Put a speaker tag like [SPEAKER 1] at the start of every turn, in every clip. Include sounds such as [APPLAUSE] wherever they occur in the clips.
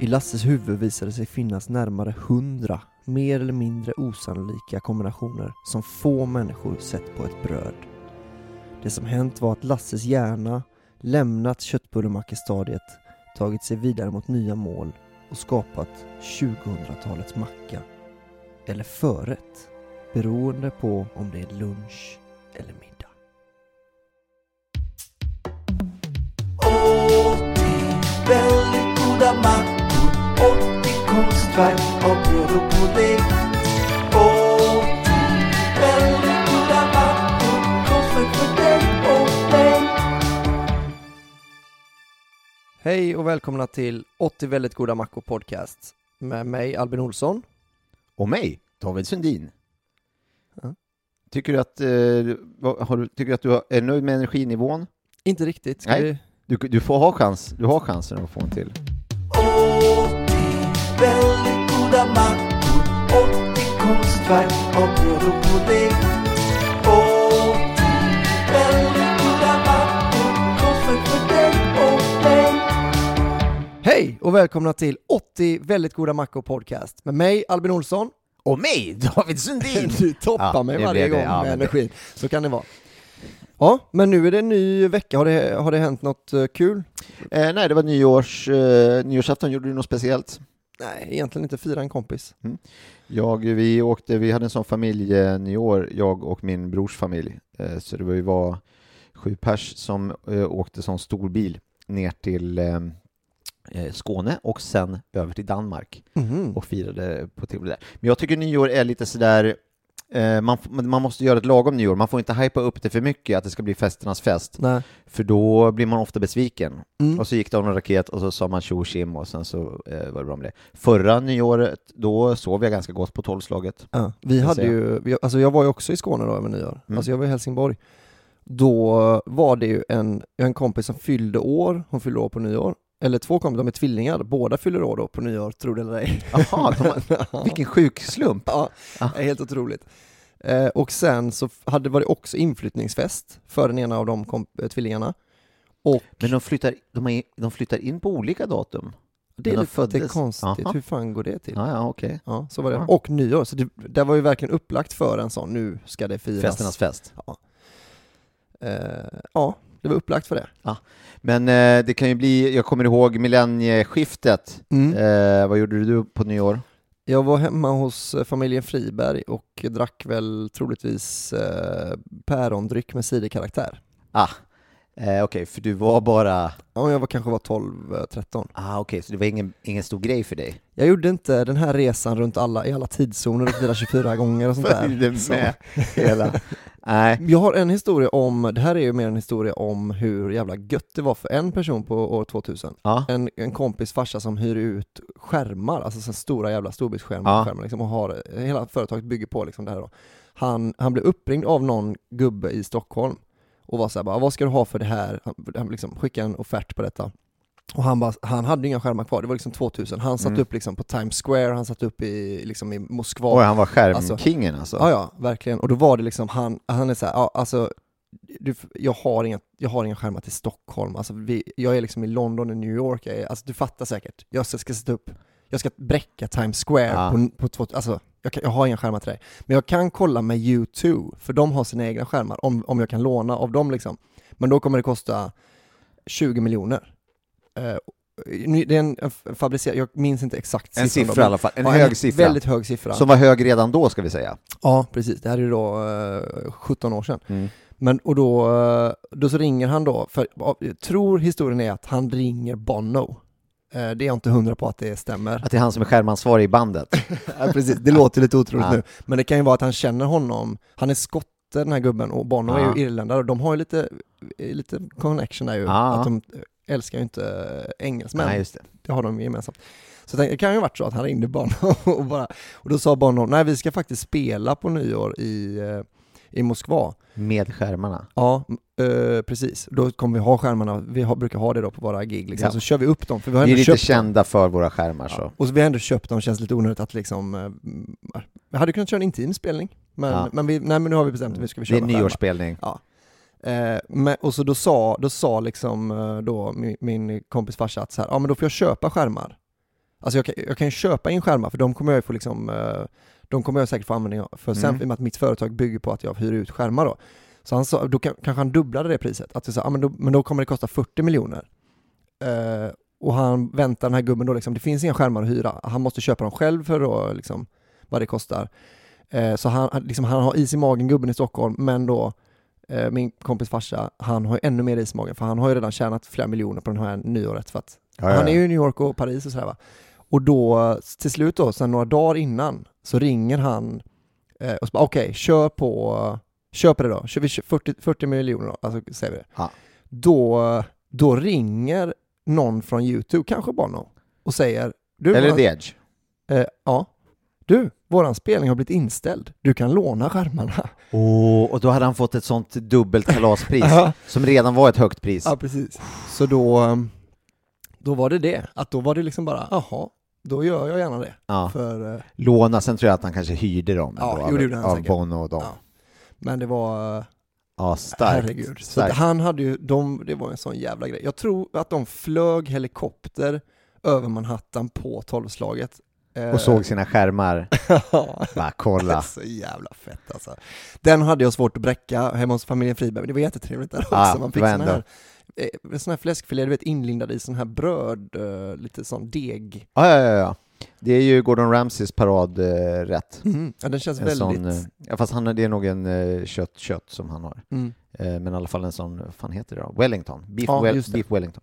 [SPEAKER 1] I Lasses huvud visade sig finnas närmare hundra mer eller mindre osannolika kombinationer som få människor sett på ett bröd. Det som hänt var att Lasses hjärna lämnat köttbullemackestadiet, tagit sig vidare mot nya mål och skapat 2000-talets macka. Eller förrätt, beroende på om det är lunch eller middag.
[SPEAKER 2] väldigt goda mackor 80 konstverk av bröd och pudding 80 väldigt goda mackor konstverk för dig och mig
[SPEAKER 1] Hej och välkomna till 80 väldigt goda mackor podcast med mig Albin Olsson.
[SPEAKER 3] Och mig, David Sundin.
[SPEAKER 1] Ja.
[SPEAKER 3] Tycker du att, eh, vad- har du, tycker du att du har- är nöjd med energinivån?
[SPEAKER 1] Inte riktigt. Ska
[SPEAKER 3] Nej.
[SPEAKER 1] vi-
[SPEAKER 3] Du, du får ha chans, du har chansen att få en till.
[SPEAKER 2] 80 väldigt goda mackor 80 konstverk av bröd och pudding 80 väldigt goda mackor konstverk för dig och mig
[SPEAKER 1] Hej och välkomna till 80 väldigt goda mackor podcast med mig Albin Olsson.
[SPEAKER 3] Och mig, [LAUGHS] David Sundin!
[SPEAKER 1] Du toppar
[SPEAKER 3] Ja,
[SPEAKER 1] mig
[SPEAKER 3] det
[SPEAKER 1] varje
[SPEAKER 3] blev det.
[SPEAKER 1] gång
[SPEAKER 3] Ja,
[SPEAKER 1] med
[SPEAKER 3] men det-
[SPEAKER 1] energin. Så kan det vara. Ja, men nu är det en ny vecka. Har det, har det hänt något eh, kul?
[SPEAKER 3] Eh, nej, det var nyårs, eh, nyårsafton, gjorde du något speciellt?
[SPEAKER 1] Nej, egentligen inte. Fira en kompis.
[SPEAKER 3] Jag, vi, åkte, vi hade en sån familj eh, nyår, jag och min brors familj. Eh, så det var, vi var sju pers som eh, åkte sån stor bil ner till eh, eh, Skåne och sen över till Danmark.
[SPEAKER 1] Mhm.
[SPEAKER 3] och firade på Tivoli där. Men jag tycker nyår är lite sådär, eh, man, f- man måste göra ett lagom nyår, man får inte hypa upp det för mycket att det ska bli festernas fest,
[SPEAKER 1] Nej.
[SPEAKER 3] för då blir man ofta besviken.
[SPEAKER 1] Mm.
[SPEAKER 3] Och så gick det av någon raket och så sa man tjo och tjim och sen så eh, var det bra med det. Förra nyåret, då sov jag ganska gott på tolvslaget.
[SPEAKER 1] Ja, vi
[SPEAKER 3] Ska
[SPEAKER 1] hade
[SPEAKER 3] se.
[SPEAKER 1] ju, vi- alltså jag var ju också i Skåne då över nyår,
[SPEAKER 3] Mm.
[SPEAKER 1] alltså jag var i Helsingborg. Då var det ju en, jag har en kompis som fyllde år, hon fyllde år på nyår. Eller två kompisar, de är tvillingar, båda fyller år då på nyår, tror det eller ej.
[SPEAKER 3] Jaha, de,
[SPEAKER 1] [LAUGHS]
[SPEAKER 3] vilken sjuk slump!
[SPEAKER 1] Ja,
[SPEAKER 3] Ja.
[SPEAKER 1] det är helt otroligt. Eh, och sen så f- hade, var det också inflyttningsfest för den ena av de kom, eh, tvillingarna. Och
[SPEAKER 3] Men de flyttar, de, är, de flyttar in på olika datum.
[SPEAKER 1] det
[SPEAKER 3] de
[SPEAKER 1] är lite
[SPEAKER 3] föddes.
[SPEAKER 1] konstigt,
[SPEAKER 3] Jaha.
[SPEAKER 1] hur fan går det till?
[SPEAKER 3] Ja, ja, okej.
[SPEAKER 1] Ja, så var det.
[SPEAKER 3] Ja.
[SPEAKER 1] Och nyår, så det, det var ju verkligen upplagt för en sån, nu ska det firas.
[SPEAKER 3] Festernas fest.
[SPEAKER 1] Eh, ja, det var upplagt för det.
[SPEAKER 3] Men eh, det kan ju bli, jag kommer ihåg millennieskiftet, eh, vad gjorde du på nyår?
[SPEAKER 1] Jag var hemma hos eh, familjen Friberg och drack väl troligtvis eh, pärondryck med ciderkaraktär.
[SPEAKER 3] Ah, Eh, Okej, för du var bara...
[SPEAKER 1] Ja, jag var kanske var 12, eh, 13.
[SPEAKER 3] Ah, Okej, så det var ingen, ingen stor grej för [LAUGHS] dig?
[SPEAKER 1] Jag gjorde inte den här resan runt alla, i alla tidszoner och fira 24 gånger och sånt
[SPEAKER 3] [LAUGHS]
[SPEAKER 1] där.
[SPEAKER 3] Följde med
[SPEAKER 1] Så.
[SPEAKER 3] [LAUGHS] hela... Nej.
[SPEAKER 1] Jag har en historia om, det här är ju mer en historia om hur jävla gött det var för en person på år 2000.
[SPEAKER 3] Ja.
[SPEAKER 1] En, en kompis farsa som hyr ut skärmar, alltså så stora jävla storbildsskärmar
[SPEAKER 3] Ja.
[SPEAKER 1] skärmar liksom, och har, hela företaget bygger på liksom det här då. Han, han blev uppringd av någon gubbe i Stockholm och var såhär bara, vad ska du ha för det här? Han, han liksom skickade en offert på detta. Och han, bara, han hade inga skärmar kvar, det var liksom 2000. Han satt
[SPEAKER 3] Mm.
[SPEAKER 1] upp liksom på Times Square, han satt upp i, liksom i Moskva.
[SPEAKER 3] Oj, han var skärmkingen alltså?
[SPEAKER 1] Ja, ja, verkligen. Och då var det liksom, han, han är så här, ja, alltså, du, jag, har inga, jag har inga skärmar till Stockholm, alltså, vi, jag är liksom i London och New York, jag är, alltså, du fattar säkert, jag ska, ska sätta upp, jag ska bräcka Times Square
[SPEAKER 3] Ja.
[SPEAKER 1] på, på två, alltså, jag, kan, jag har inga skärmar till dig. Men jag kan kolla med U2, för de har sina egna skärmar, om, om jag kan låna av dem liksom. Men då kommer det kosta 20 miljoner. Eh, nu- det är en, en fabricerad, jag minns inte exakt
[SPEAKER 3] En
[SPEAKER 1] siffran då,
[SPEAKER 3] siffra i
[SPEAKER 1] men-
[SPEAKER 3] alla fall, en
[SPEAKER 1] ja,
[SPEAKER 3] hög siffra.
[SPEAKER 1] Väldigt hög siffra.
[SPEAKER 3] Som var hög redan då ska vi säga.
[SPEAKER 1] Ja, precis. Det här är ju då eh, 17 år sedan.
[SPEAKER 3] Mm.
[SPEAKER 1] Men, och då, eh, då så ringer han då, för jag tror historien är att han ringer Bono. Eh, det är jag inte hundra på att det stämmer.
[SPEAKER 3] Att det är han som är skärmansvarig i [LAUGHS] bandet.
[SPEAKER 1] [LAUGHS] ja, precis. Det låter lite otroligt
[SPEAKER 3] Ja.
[SPEAKER 1] nu. Men det kan ju vara att han känner honom. Han är skotte den här gubben och Bono är
[SPEAKER 3] Ja.
[SPEAKER 1] ju irländare och de har ju lite, eh, lite connection där ju.
[SPEAKER 3] Ja.
[SPEAKER 1] Att de älskar ju inte eh, engelsmän
[SPEAKER 3] Nej, just det.
[SPEAKER 1] det har de gemensamt. Så jag tänkte, det kan ju ha varit så att han ringde Bono [LAUGHS] och bara, och då sa Bono, nej vi ska faktiskt spela på nyår i, eh, i Moskva.
[SPEAKER 3] Med skärmarna.
[SPEAKER 1] Ja, m- eh, precis. Då kommer vi ha skärmarna, vi har, brukar ha det då på våra gig liksom.
[SPEAKER 3] Ja.
[SPEAKER 1] Så kör vi upp dem, för vi har
[SPEAKER 3] Vi är
[SPEAKER 1] ändå
[SPEAKER 3] lite
[SPEAKER 1] köpt
[SPEAKER 3] kända för våra skärmar
[SPEAKER 1] Ja.
[SPEAKER 3] så.
[SPEAKER 1] Och så vi har ändå köpt dem, känns lite onödigt att liksom, eh, mm, vi hade kunnat köra en intim spelning, men,
[SPEAKER 3] Ja.
[SPEAKER 1] men, vi, nej, men nu har vi bestämt att vi ska
[SPEAKER 3] Det är
[SPEAKER 1] köra
[SPEAKER 3] en
[SPEAKER 1] skärmar.
[SPEAKER 3] nyårsspelning.
[SPEAKER 1] Eh, men, och så då sa, då sa liksom eh, då min, min kompis farsa att så här, ja men då får jag köpa skärmar. Alltså jag kan, jag kan ju köpa in skärmar för de kommer jag ju få liksom, eh, de kommer jag säkert få användning av för sen,
[SPEAKER 3] Mm.
[SPEAKER 1] i och med att mitt företag bygger på att jag hyr ut skärmar då. Så han sa, då kan, kanske han dubblade det priset, att jag sa, ja, men, då, men då kommer det kosta 40 miljoner. Eh, och han väntar den här gubben då liksom, det finns inga skärmar att hyra, han måste köpa dem själv för då liksom vad det kostar. Eh, så han, han- liksom, han har is i magen gubben i Stockholm, men då eh, min kompis farsa, han har ju ännu mer is i magen för han har ju redan tjänat flera miljoner på den här nyåret för att
[SPEAKER 3] Ja, ja,
[SPEAKER 1] han är
[SPEAKER 3] ja.
[SPEAKER 1] ju i New York och Paris och sådär va. Och då eh, till slut då, sen några dagar innan, så ringer han eh, och så bara okej, kör på, kör på det då, kör vi kö- 40, 40 miljoner då, alltså säger vi det.
[SPEAKER 3] Ja.
[SPEAKER 1] Då, då ringer någon från YouTube, kanske Bono, och säger du,
[SPEAKER 3] Eller
[SPEAKER 1] våran-
[SPEAKER 3] The Edge.
[SPEAKER 1] Eh, ja. Du, våran spelning har blivit inställd. Du kan låna skärmarna.
[SPEAKER 3] Åh, och då hade han fått ett sånt [LAUGHS] dubbelt kalaspris,
[SPEAKER 1] Ja.
[SPEAKER 3] som redan var ett högt pris.
[SPEAKER 1] Ja, precis. Så då, ehm, då var det det. Att då var det liksom bara, jaha, då gör jag gärna det.
[SPEAKER 3] Ja.
[SPEAKER 1] För, eh,
[SPEAKER 3] Låna, sen tror jag att han kanske hyrde dem
[SPEAKER 1] Ja,
[SPEAKER 3] ändå
[SPEAKER 1] jo, det
[SPEAKER 3] av,
[SPEAKER 1] gjorde han
[SPEAKER 3] av
[SPEAKER 1] säkert.
[SPEAKER 3] Bono och dem.
[SPEAKER 1] Ja.
[SPEAKER 3] Ja,
[SPEAKER 1] men det var, eh,
[SPEAKER 3] starkt.
[SPEAKER 1] herregud. Så
[SPEAKER 3] starkt.
[SPEAKER 1] han hade ju, de, det var en sån jävla grej. Jag tror att de flög helikopter över Manhattan på tolvslaget. Eh,
[SPEAKER 3] Och såg sina skärmar,
[SPEAKER 1] [LAUGHS] ja.
[SPEAKER 3] bara
[SPEAKER 1] Det är [LAUGHS]
[SPEAKER 3] kolla.
[SPEAKER 1] så jävla fett alltså. Den hade jag svårt att bräcka hemma hos familjen Friberg, men det var jättetrevligt där också.
[SPEAKER 3] Ja,
[SPEAKER 1] man fick
[SPEAKER 3] vad
[SPEAKER 1] sån
[SPEAKER 3] ändå.
[SPEAKER 1] här, eh, en sån här fläskfilé, du vet, inlindad i sån här bröd, eh, lite sån deg.
[SPEAKER 3] Ja, ja, ja, ja. Det är ju Gordon Ramsays paradrätt.
[SPEAKER 1] Ja, den känns
[SPEAKER 3] Mm. En
[SPEAKER 1] väldigt...
[SPEAKER 3] sån, eh, ja, fast han, det är nog en eh, kött, kött som han har.
[SPEAKER 1] mm.
[SPEAKER 3] Eh, Men i alla fall en sån, vad fan heter det då? Wellington. Beef,
[SPEAKER 1] Ja,
[SPEAKER 3] well,
[SPEAKER 1] just det.
[SPEAKER 3] beef Wellington.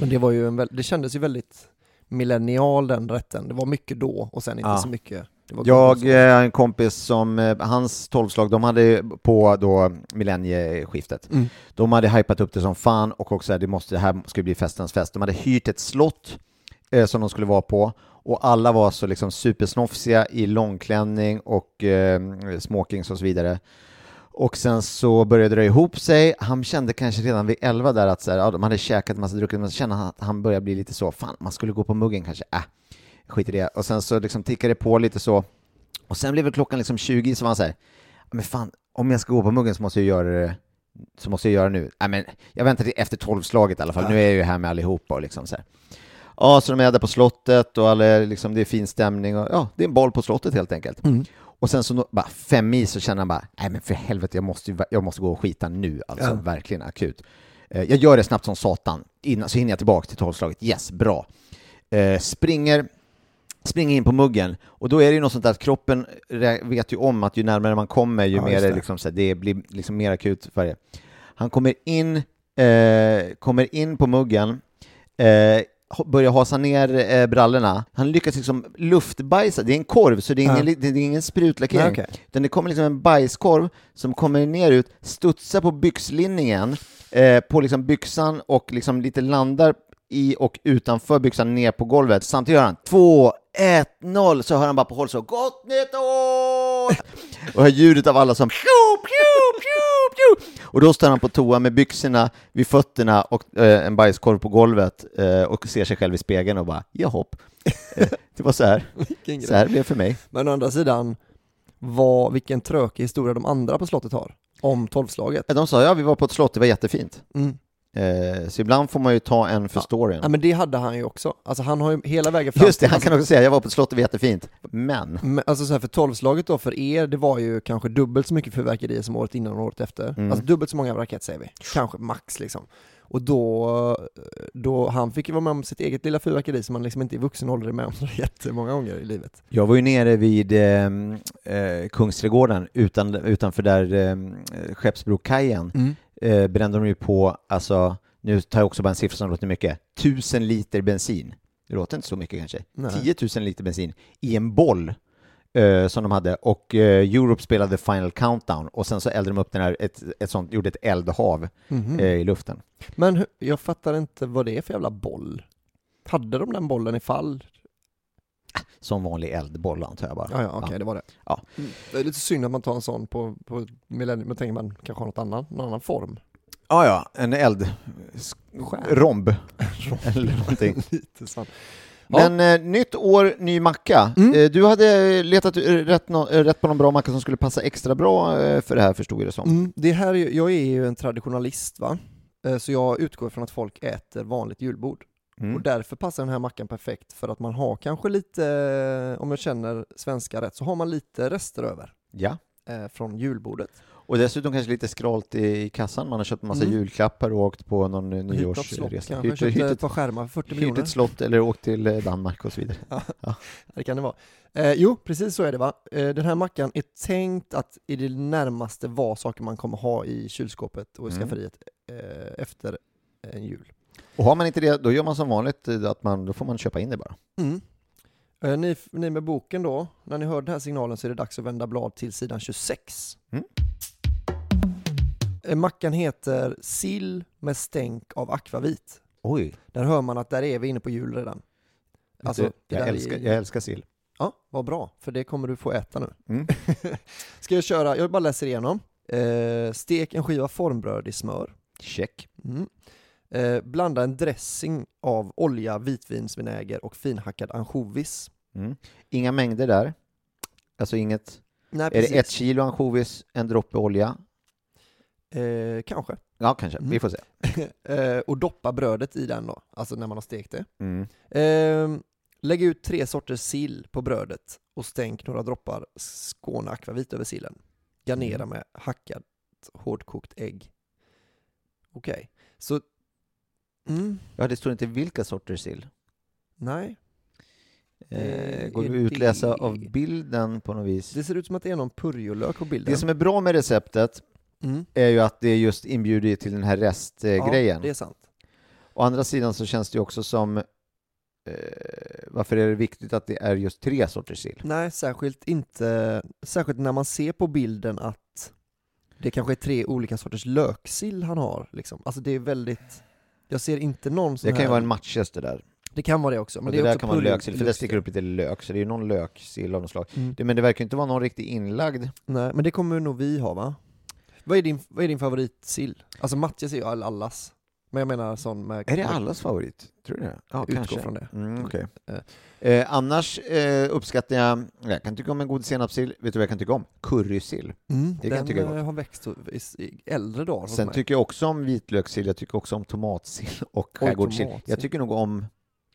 [SPEAKER 1] Men det var ju en väl, det kändes ju väldigt millennial den rätten. Det var mycket då och sen inte
[SPEAKER 3] Ja.
[SPEAKER 1] så mycket. Det var
[SPEAKER 3] Jag eh, har en kompis som, eh, hans tolvslag, de hade på då millennieskiftet,
[SPEAKER 1] Mm.
[SPEAKER 3] de hade hypat upp det som fan och också det, måste, det här skulle bli festens fest. De hade hyrt ett slott eh, som de skulle vara på och alla var så liksom supersnofsiga i långklänning och eh, smokings och så vidare. Och sen så började det dra ihop sig. Han kände kanske redan vid 11 där att så här, ja, de hade käkat en massa, druckit men så kände han att han började bli lite så, fan man skulle gå på muggen kanske, äh, skit i det. Och sen så liksom tickade det på lite så. Och sen blev väl klockan liksom 20 så var han så här, men fan, om jag ska gå på muggen så måste jag göra det så måste jag göra det nu. Nej, men jag väntar till efter tolvslaget i alla fall, nu är jag ju här med allihopa och liksom så här. Ja, så de är där på slottet och alla, är liksom, det är fin stämning och ja, det är en boll på slottet helt enkelt.
[SPEAKER 1] Mm.
[SPEAKER 3] Och sen så nå- bara fem i så känner han bara, nej men för helvete, jag måste, ju va- jag måste gå och skita nu, alltså
[SPEAKER 1] Ja.
[SPEAKER 3] verkligen akut. Eh, Jag gör det snabbt som satan, innan, så hinner jag tillbaka till tolvslaget. Yes, bra. Eh, Springer, springer in på muggen och då är det ju något sånt där att kroppen rä- vet ju om att ju närmare man kommer ju
[SPEAKER 1] Ja,
[SPEAKER 3] mer
[SPEAKER 1] just
[SPEAKER 3] det.
[SPEAKER 1] det.
[SPEAKER 3] Liksom, så här, det blir liksom mer akut för det. Han kommer in eh, kommer in på muggen, eh, ho- börjar hasa ner eh, brallorna. Han lyckas liksom luftbajsa, det är en korv så det är ingen,
[SPEAKER 1] Ja.
[SPEAKER 3] li- det, det är ingen sprutlackering.
[SPEAKER 1] Nej, okej.
[SPEAKER 3] Utan det kommer liksom en bajskorv som kommer ner ut, studsar på byxlinningen, eh, på liksom byxan och liksom lite landar i och utanför byxan ner på golvet. Samtidigt hör han två, ett, noll, så hör han bara på håll så gott nytt år! och hör ljudet av alla som pju, pju, pju, pju. Och då står han på toa med byxorna vid fötterna och eh, en bajskorv på golvet eh, och ser sig själv i spegeln och bara jahopp. Eh, det var så [LAUGHS] här.
[SPEAKER 1] Vilken
[SPEAKER 3] Så här blev det för mig.
[SPEAKER 1] Men å andra sidan, vad, vilken trökig historia de andra på slottet har om tolvslaget.
[SPEAKER 3] Eh, De sa ja, vi var på ett slott, det var jättefint.
[SPEAKER 1] Mm.
[SPEAKER 3] Eh, så ibland får man ju ta en för storyn.
[SPEAKER 1] Ja men det hade han ju också. Alltså han har ju hela vägen fram
[SPEAKER 3] Just det,
[SPEAKER 1] till-
[SPEAKER 3] han kan också säga jag var på ett slott, det var jättefint. Men,
[SPEAKER 1] Men, alltså så här, för tolvslaget då för er, det var ju kanske dubbelt så mycket fyrverkerier som året innan och året efter.
[SPEAKER 3] Mm.
[SPEAKER 1] Alltså dubbelt så många raketer säger vi. Kanske max liksom. Och då, då, han fick ju vara med om sitt eget lilla fyrverkeri som han liksom inte i vuxen ålder är med om [LAUGHS] så jättemånga gånger i livet.
[SPEAKER 3] jag var ju nere vid eh, eh, Kungsträdgården utan, utanför där eh, Skeppsbrokajen. Eh, brände de ju på, alltså, nu tar jag också bara en siffra som låter mycket, tusen liter bensin. Det låter inte så mycket kanske.
[SPEAKER 1] Nej.
[SPEAKER 3] 10 000 liter bensin i en boll. eh, som de hade och eh, Europe spelade Final Countdown och sen så eldade de upp den här, ett, ett sånt, gjorde ett eldhav
[SPEAKER 1] Mm.
[SPEAKER 3] eh, i luften.
[SPEAKER 1] Mhm. Men hur- jag fattar inte vad det är för jävla boll. Hade de den bollen i fall?
[SPEAKER 3] Som vanlig eldboll antar jag bara.
[SPEAKER 1] Ja, ja okej det var det.
[SPEAKER 3] Ja.
[SPEAKER 1] Mm. Det är lite synd att man tar en sån på, på millennium, men tänker man kanske har något annan, någon annan form.
[SPEAKER 3] Ja, Ah, ja, en eld...
[SPEAKER 1] Skär.
[SPEAKER 3] Romb. [LAUGHS] Eller någonting.
[SPEAKER 1] [LAUGHS] lite sån. Ja.
[SPEAKER 3] Men eh, nytt år, ny macka.
[SPEAKER 1] Mm.
[SPEAKER 3] Eh, du hade letat eh, rätt, nå- eh, rätt på någon bra macka som skulle passa extra bra eh, för det här förstod jag det som.
[SPEAKER 1] Mm, det här, är ju- jag är ju en traditionalist va, Eh, så jag utgår från att folk äter vanligt julbord.
[SPEAKER 3] Mm.
[SPEAKER 1] Och därför passar den här mackan perfekt för att man har kanske lite, eh, om jag känner svenska rätt, så har man lite rester över
[SPEAKER 3] Ja.
[SPEAKER 1] eh, från julbordet.
[SPEAKER 3] Och dessutom kanske lite skralt i, i kassan. Man har köpt massa
[SPEAKER 1] Mm.
[SPEAKER 3] julklappar och åkt på någon eh,
[SPEAKER 1] Hyrt något slott
[SPEAKER 3] nyårsresa.
[SPEAKER 1] kanske, köpt
[SPEAKER 3] hyrt
[SPEAKER 1] ett
[SPEAKER 3] ett-
[SPEAKER 1] par skärmar för 40
[SPEAKER 3] hyrt
[SPEAKER 1] miljoner.
[SPEAKER 3] ett slott eller åkt till eh, Danmark och så vidare.
[SPEAKER 1] Det kan det vara. Eh, jo, precis så är det va. Eh, den här mackan är tänkt att i det närmaste vara saker man kommer ha i kylskåpet och i
[SPEAKER 3] Mm.
[SPEAKER 1] skafferiet eh, efter en jul.
[SPEAKER 3] Och har man inte det, då gör man som vanligt, eh, att man, då får man köpa in det bara.
[SPEAKER 1] Mm. Eh, Ni, ni med boken då, när ni hör den här signalen så är det dags att vända blad till sidan 26.
[SPEAKER 3] Mm.
[SPEAKER 1] Eh, Mackan heter Sill med stänk av akvavit.
[SPEAKER 3] Oj,
[SPEAKER 1] Där hör man att där är vi inne på jul redan. Alltså,
[SPEAKER 3] jag,
[SPEAKER 1] det där är-
[SPEAKER 3] älskar, jag älskar sill.
[SPEAKER 1] Ja, vad bra, för det kommer du få äta nu.
[SPEAKER 3] Mm.
[SPEAKER 1] Ska jag köra, jag bara läser igenom. Eh, stek en skiva formbröd i smör.
[SPEAKER 3] Check.
[SPEAKER 1] Mm. Eh, blanda en dressing av olja, vitvinsvinäger och finhackad ansjovis.
[SPEAKER 3] Mm. Inga mängder där. Alltså inget...
[SPEAKER 1] Nej,
[SPEAKER 3] Är det
[SPEAKER 1] precis.
[SPEAKER 3] ett kilo ansjovis, en droppe olja?
[SPEAKER 1] Eh, kanske.
[SPEAKER 3] Ja, kanske.
[SPEAKER 1] Mm.
[SPEAKER 3] Vi får se.
[SPEAKER 1] Eh, och doppa brödet i den då, alltså när man har stekt det.
[SPEAKER 3] Mm.
[SPEAKER 1] Eh, lägg ut tre sorters sill på brödet och stänk några droppar Skåne akvavit över sillen.
[SPEAKER 3] Mm.
[SPEAKER 1] Garnera med hackat hårdkokt ägg. Okej, så... Mm,
[SPEAKER 3] Ja, det står inte vilka sorters sill.
[SPEAKER 1] nej,
[SPEAKER 3] Eh,
[SPEAKER 1] Eh,
[SPEAKER 3] går
[SPEAKER 1] är
[SPEAKER 3] det att
[SPEAKER 1] det-
[SPEAKER 3] utläsa av bilden på något vis?
[SPEAKER 1] det ser ut som att det är någon purjolök på bilden.
[SPEAKER 3] Det som är bra med receptet
[SPEAKER 1] mm.
[SPEAKER 3] är ju att det just inbjuder till den här restgrejen.
[SPEAKER 1] Ja, det är sant.
[SPEAKER 3] Å andra sidan så känns det ju också som... Eh, varför är det viktigt att det är just tre sorters sill?
[SPEAKER 1] Nej, särskilt inte... Särskilt när man ser på bilden att det kanske är tre olika sorters löksill han har. Liksom. Alltså det är väldigt... Jag ser inte någon sån
[SPEAKER 3] Det kan ju
[SPEAKER 1] här...
[SPEAKER 3] vara en matchess det där.
[SPEAKER 1] Det kan vara det också. Men
[SPEAKER 3] och
[SPEAKER 1] det,
[SPEAKER 3] det
[SPEAKER 1] är
[SPEAKER 3] där
[SPEAKER 1] också
[SPEAKER 3] kan vara en
[SPEAKER 1] purjo-
[SPEAKER 3] löksill, för det sticker upp lite lök, så det är ju någon löksill av något slag.
[SPEAKER 1] Mm.
[SPEAKER 3] Det, men det verkar ju inte vara någon riktigt inlagd.
[SPEAKER 1] Nej, men det kommer nog vi ha va? Vad är din, vad är din favoritsill? Alltså Mattias är ju all, allas. Men jag menar sån med...
[SPEAKER 3] Är det allas favorit? Tror du det? Ja,
[SPEAKER 1] Utgår från det.
[SPEAKER 3] Mm, okej. eh, annars eh, uppskattar jag, jag kan tycka om en god senapssill, vet du vad jag kan tycka om? Currysill.
[SPEAKER 1] Mm,
[SPEAKER 3] kan jag
[SPEAKER 1] den
[SPEAKER 3] tycka är gott.
[SPEAKER 1] eh, har växt i, i äldre dagar hos
[SPEAKER 3] Sen
[SPEAKER 1] mig.
[SPEAKER 3] tycker jag också om vitlökssill, jag tycker också om tomatsill [LAUGHS] och
[SPEAKER 1] Oj,
[SPEAKER 3] skärgårdssill.
[SPEAKER 1] tomatsill.
[SPEAKER 3] Jag tycker nog om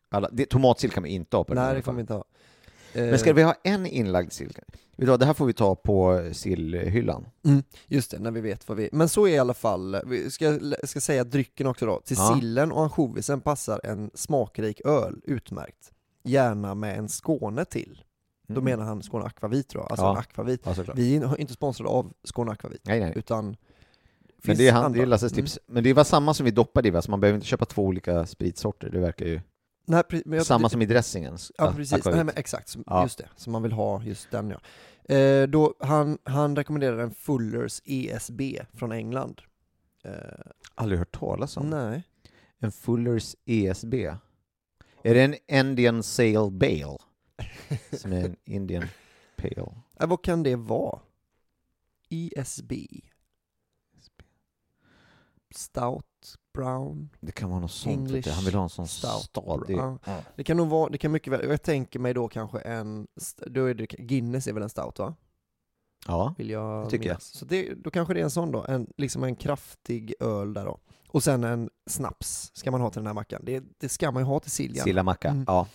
[SPEAKER 3] alla, det, tomatsill kan vi inte ha på den
[SPEAKER 1] Nej,
[SPEAKER 3] här
[SPEAKER 1] det
[SPEAKER 3] i alla fall.
[SPEAKER 1] kommer vi inte ha. Eh,
[SPEAKER 3] Men ska vi ha en inlagd sill? Vet du vad, det här får vi ta på sillhyllan.
[SPEAKER 1] Just det, när vi vet vad vi... Men så är i alla fall, vi ska, jag ska säga drycken också då. Till
[SPEAKER 3] Ja.
[SPEAKER 1] sillen och ansjovisen passar en smakrik öl utmärkt. Gärna med en Skåne till. Då menar han Skåne Akvavit tror jag, alltså
[SPEAKER 3] Mm.
[SPEAKER 1] en
[SPEAKER 3] Ja.
[SPEAKER 1] akvavit.
[SPEAKER 3] Ja, såklart.
[SPEAKER 1] Vi är inte sponsrade av Skåne Akvavit,
[SPEAKER 3] Nej, nej.
[SPEAKER 1] utan
[SPEAKER 3] Men
[SPEAKER 1] finns
[SPEAKER 3] det är, han,
[SPEAKER 1] andra. Mm.
[SPEAKER 3] det är Lasses tips. Men det var samma som vi doppade i va, så man behöver inte köpa två olika spritsorter. Det verkar ju...
[SPEAKER 1] Mm. Nej, pre- men jag,
[SPEAKER 3] samma
[SPEAKER 1] det-
[SPEAKER 3] som i dressingen. ah,
[SPEAKER 1] Ja, precis. Nej, men exakt. Som,
[SPEAKER 3] Ja.
[SPEAKER 1] Just det. Som man vill ha just den ja. Eh, då, han, han rekommenderar en Fullers ESB från England. Eh,
[SPEAKER 3] Aldrig hört talas om.
[SPEAKER 1] nej.
[SPEAKER 3] En Fullers ESB. Är det en Indian Sale Bale? [LAUGHS]
[SPEAKER 1] [LAUGHS]
[SPEAKER 3] Som är en Indian Pale.
[SPEAKER 1] Eh, vad kan det vara? E ESB.
[SPEAKER 3] E
[SPEAKER 1] Stout, brown.
[SPEAKER 3] Det kan vara något sånt. vet du.
[SPEAKER 1] English
[SPEAKER 3] Han vill ha en sån
[SPEAKER 1] Stout.
[SPEAKER 3] stadig...
[SPEAKER 1] Ja.
[SPEAKER 3] Ja.
[SPEAKER 1] Det kan nog vara, det kan mycket väl, och jag tänker mig då kanske en, st- då är det, Guinness är väl en stout va?
[SPEAKER 3] Ja.
[SPEAKER 1] Vill jag
[SPEAKER 3] Det tycker jag.
[SPEAKER 1] minnas. Så det, då kanske det är en sån då, en, liksom en kraftig öl där då. Och sen en snaps ska man ha till den här mackan. Det, det ska man ju ha till siljan.
[SPEAKER 3] Sillamacka,
[SPEAKER 1] Mm.
[SPEAKER 3] ja.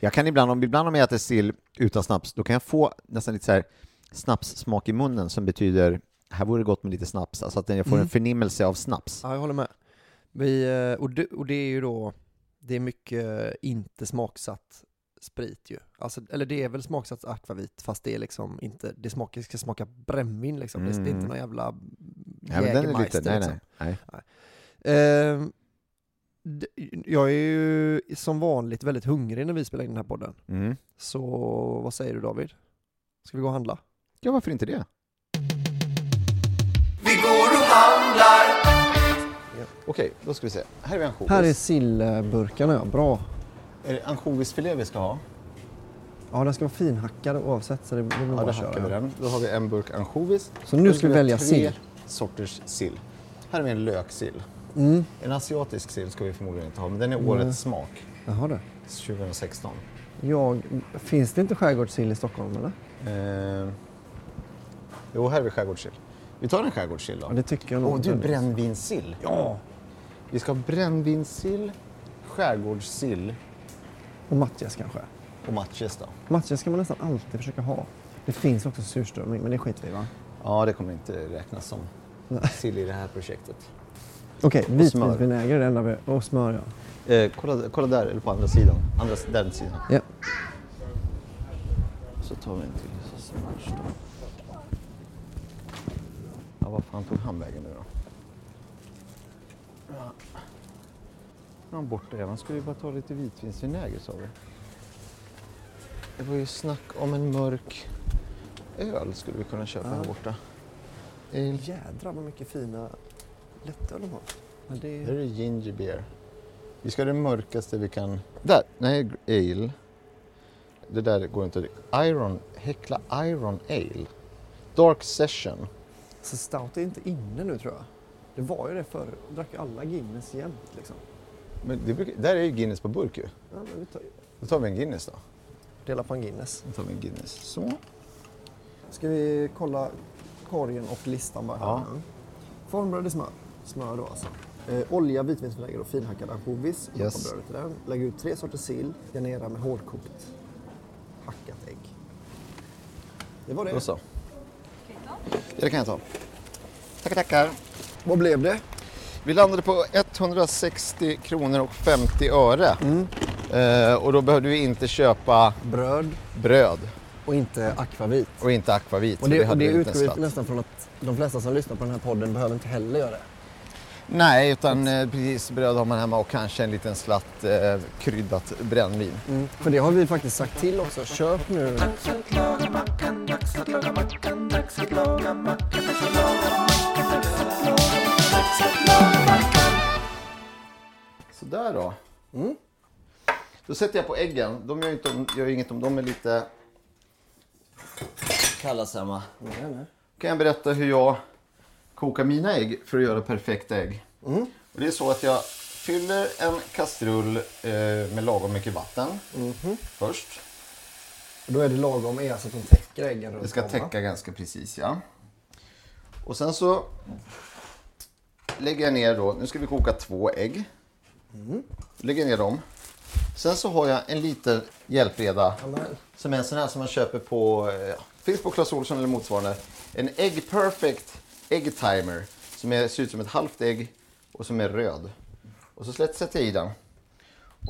[SPEAKER 3] Jag kan ibland, om, ibland om jag äter sill utan snaps, då kan jag få nästan lite så här snapssmak i munnen som betyder här vore det gott med lite snaps, alltså att jag får en
[SPEAKER 1] Mm.
[SPEAKER 3] förnimmelse av snaps.
[SPEAKER 1] Ja, jag håller med. Vi, eh, och, det, och det är ju då, det är mycket eh, inte smaksatt sprit ju. Alltså, eller det är väl smaksatt akvavit fast det är liksom inte, det smakar, ska smaka brännvin liksom. Det, det är inte
[SPEAKER 3] Mm.
[SPEAKER 1] någon jävla
[SPEAKER 3] Ja, men den är lite,
[SPEAKER 1] Jägermeister
[SPEAKER 3] nej,
[SPEAKER 1] liksom.
[SPEAKER 3] nej, nej.
[SPEAKER 1] Ehm, d- jag är ju som vanligt väldigt hungrig när vi spelar in den här podden.
[SPEAKER 3] Mm.
[SPEAKER 1] Så vad säger du David? Ska vi gå och handla?
[SPEAKER 3] Ja, varför inte det?
[SPEAKER 2] Vi går och handlar.
[SPEAKER 3] Okej, då ska vi se. Här är vi ansjovis.
[SPEAKER 1] Här är sillburkarna ja, bra.
[SPEAKER 3] Är det ansjovisfilé vi ska ha?
[SPEAKER 1] Ja, den ska vara finhackad oavsett så det det blir
[SPEAKER 3] Ja,
[SPEAKER 1] bara
[SPEAKER 3] då
[SPEAKER 1] att köra.
[SPEAKER 3] hackar vi den. Då har vi en burk ansjovis.
[SPEAKER 1] Så nu
[SPEAKER 3] Och
[SPEAKER 1] ska vi
[SPEAKER 3] ha
[SPEAKER 1] välja
[SPEAKER 3] tre
[SPEAKER 1] sill.
[SPEAKER 3] sorters sill. Här har vi en löksill.
[SPEAKER 1] Mm.
[SPEAKER 3] En asiatisk sill ska vi förmodligen inte ha, men den är årets smak.
[SPEAKER 1] Jaha du.
[SPEAKER 3] 2016.
[SPEAKER 1] Jag, finns det inte skärgårdssill i Stockholm eller?
[SPEAKER 3] Eh, jo, här är vi skärgårdssill. Vi tar en skärgårdssill då.
[SPEAKER 1] Ja, det tycker jag nog.
[SPEAKER 3] Åh, du, brännvinssill.
[SPEAKER 1] Ja!
[SPEAKER 3] Vi ska ha brännvinssill, skärgårdssill
[SPEAKER 1] Och matjes kanske.
[SPEAKER 3] och matjes då.
[SPEAKER 1] Matjes ska man nästan alltid försöka ha. Det finns också surströmming, men det skiter vi i va?
[SPEAKER 3] Ja, det kommer inte räknas som
[SPEAKER 1] Nej.
[SPEAKER 3] sill i det här projektet.
[SPEAKER 1] Okej,
[SPEAKER 3] smör.
[SPEAKER 1] vitvinsvinäger är det enda vi... Och smör ja.
[SPEAKER 3] Eh, kolla, kolla där, eller på andra sidan. Andra, s- den sidan.
[SPEAKER 1] Ja.
[SPEAKER 3] Så tar vi en till. Så smash då. Ja, vad fan tog han vägen nu då? Ja. Nu är han borta redan. Ska vi bara ta lite vitvinsvinäger sa vi. Det var ju snack om en mörk öl skulle vi kunna köpa här
[SPEAKER 1] Ja.
[SPEAKER 3] borta. Ale.
[SPEAKER 1] Jädrar vad mycket fina lättöl de har. Men det
[SPEAKER 3] Här är
[SPEAKER 1] är...
[SPEAKER 3] det ginger beer. Vi ska ha det mörkaste vi kan. Där! Nej, gr- ale. Det där går inte att dricka. Iron, Häckla Iron Ale. Dark Session.
[SPEAKER 1] Så stout är inte inne nu tror jag. Det var ju det förr. Drack ju alla Guinness jämt liksom.
[SPEAKER 3] Men det brukar, där är ju Guinness på burk ju.
[SPEAKER 1] Ja, men vi tar ju...
[SPEAKER 3] Då tar vi en Guinness då.
[SPEAKER 1] Dela på en Guinness.
[SPEAKER 3] Då tar vi en Guinness. Så.
[SPEAKER 1] Ska vi kolla korgen och listan bara här
[SPEAKER 3] Ja.
[SPEAKER 1] nu? Formbröd i smör. Smör då alltså. Eh, olja, vitvinsvinäger och finhackad ansjovis. Doppa
[SPEAKER 3] Yes.
[SPEAKER 1] brödet i den. Lägg ut tre sorters sill. Garnera med hårdkokt hackat ägg. Det var det.
[SPEAKER 3] Då så. Ja, det kan jag ta. Tackar, tackar.
[SPEAKER 1] Vad blev det?
[SPEAKER 3] Vi landade på 160 kronor och 50 öre.
[SPEAKER 1] Mm.
[SPEAKER 3] Eh, och då behövde vi inte köpa
[SPEAKER 1] Bröd
[SPEAKER 3] bröd
[SPEAKER 1] och inte akvavit.
[SPEAKER 3] och inte akvavit.
[SPEAKER 1] Och
[SPEAKER 3] för
[SPEAKER 1] det, och
[SPEAKER 3] hade
[SPEAKER 1] det
[SPEAKER 3] vi inte ens
[SPEAKER 1] utgår
[SPEAKER 3] fatt.
[SPEAKER 1] ju nästan från att de flesta som lyssnar på den här podden behöver inte heller göra det.
[SPEAKER 3] Nej, utan eh, precis bröd har man hemma och kanske en liten slatt eh, kryddat brännvin.
[SPEAKER 1] För det har vi faktiskt sagt till också. Köp nu.
[SPEAKER 3] Sådär då. Då sätter jag på äggen. De gör, ju inte om, gör ju inget om de är lite kalla samma. kan jag berätta hur jag kokar mina ägg för att göra perfekta ägg. Och det är så att jag fyller en kastrull eh, med lagom mycket vatten först.
[SPEAKER 1] Då är det lagom är alltså att de täcker äggen runt
[SPEAKER 3] Det ska
[SPEAKER 1] om, va?
[SPEAKER 3] täcka ganska precis, ja. Och sen så lägger jag ner då, nu ska vi koka två ägg. Lägger ner dem. Sen så har jag en liten hjälpreda
[SPEAKER 1] Amen.
[SPEAKER 3] som är en sån här som man köper på, eh, ja, finns på Clas Ohlson eller motsvarande. En Egg Perfect Egg Timer som är, ser ut som ett halvt ägg och som är röd. Och så slätt- sätter jag i den.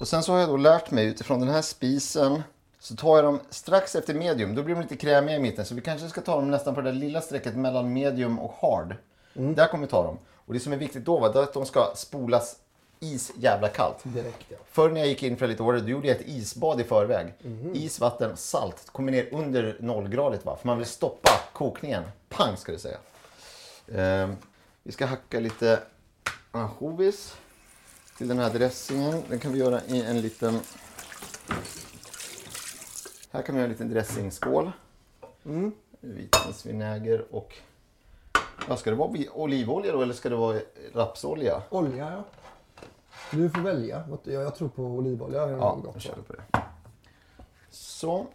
[SPEAKER 3] Och sen så har jag då lärt mig utifrån den här spisen så tar jag dem strax efter medium. Då blir de lite krämiga
[SPEAKER 1] Mm.
[SPEAKER 3] i mitten. Så vi kanske ska ta dem nästan på det där lilla strecket mellan medium och hard. Där kommer vi ta dem. Och det som är viktigt då va, det är att de ska spolas is jävla kallt.
[SPEAKER 1] Direkt ja.
[SPEAKER 3] Förr när jag gick in för lite år, då gjorde jag ett isbad i förväg.
[SPEAKER 1] Mhm.
[SPEAKER 3] Is, vatten, salt. Det kommer ner under nollgradigt va, för man vill stoppa kokningen. Pang ska det säga. Ehm, vi ska hacka lite ansjovis till den här dressingen. Den kan vi göra i en liten... Här kan vi göra en liten dressingskål. Vitensvinäger och... Vad ska det vara? Vi- Olivolja då eller ska det vara rapsolja?
[SPEAKER 1] Olja ja. Du får välja. Vad- Jag, jag tror på olivolja. Det är
[SPEAKER 3] Ja,
[SPEAKER 1] gott.
[SPEAKER 3] jag kör på det. Så.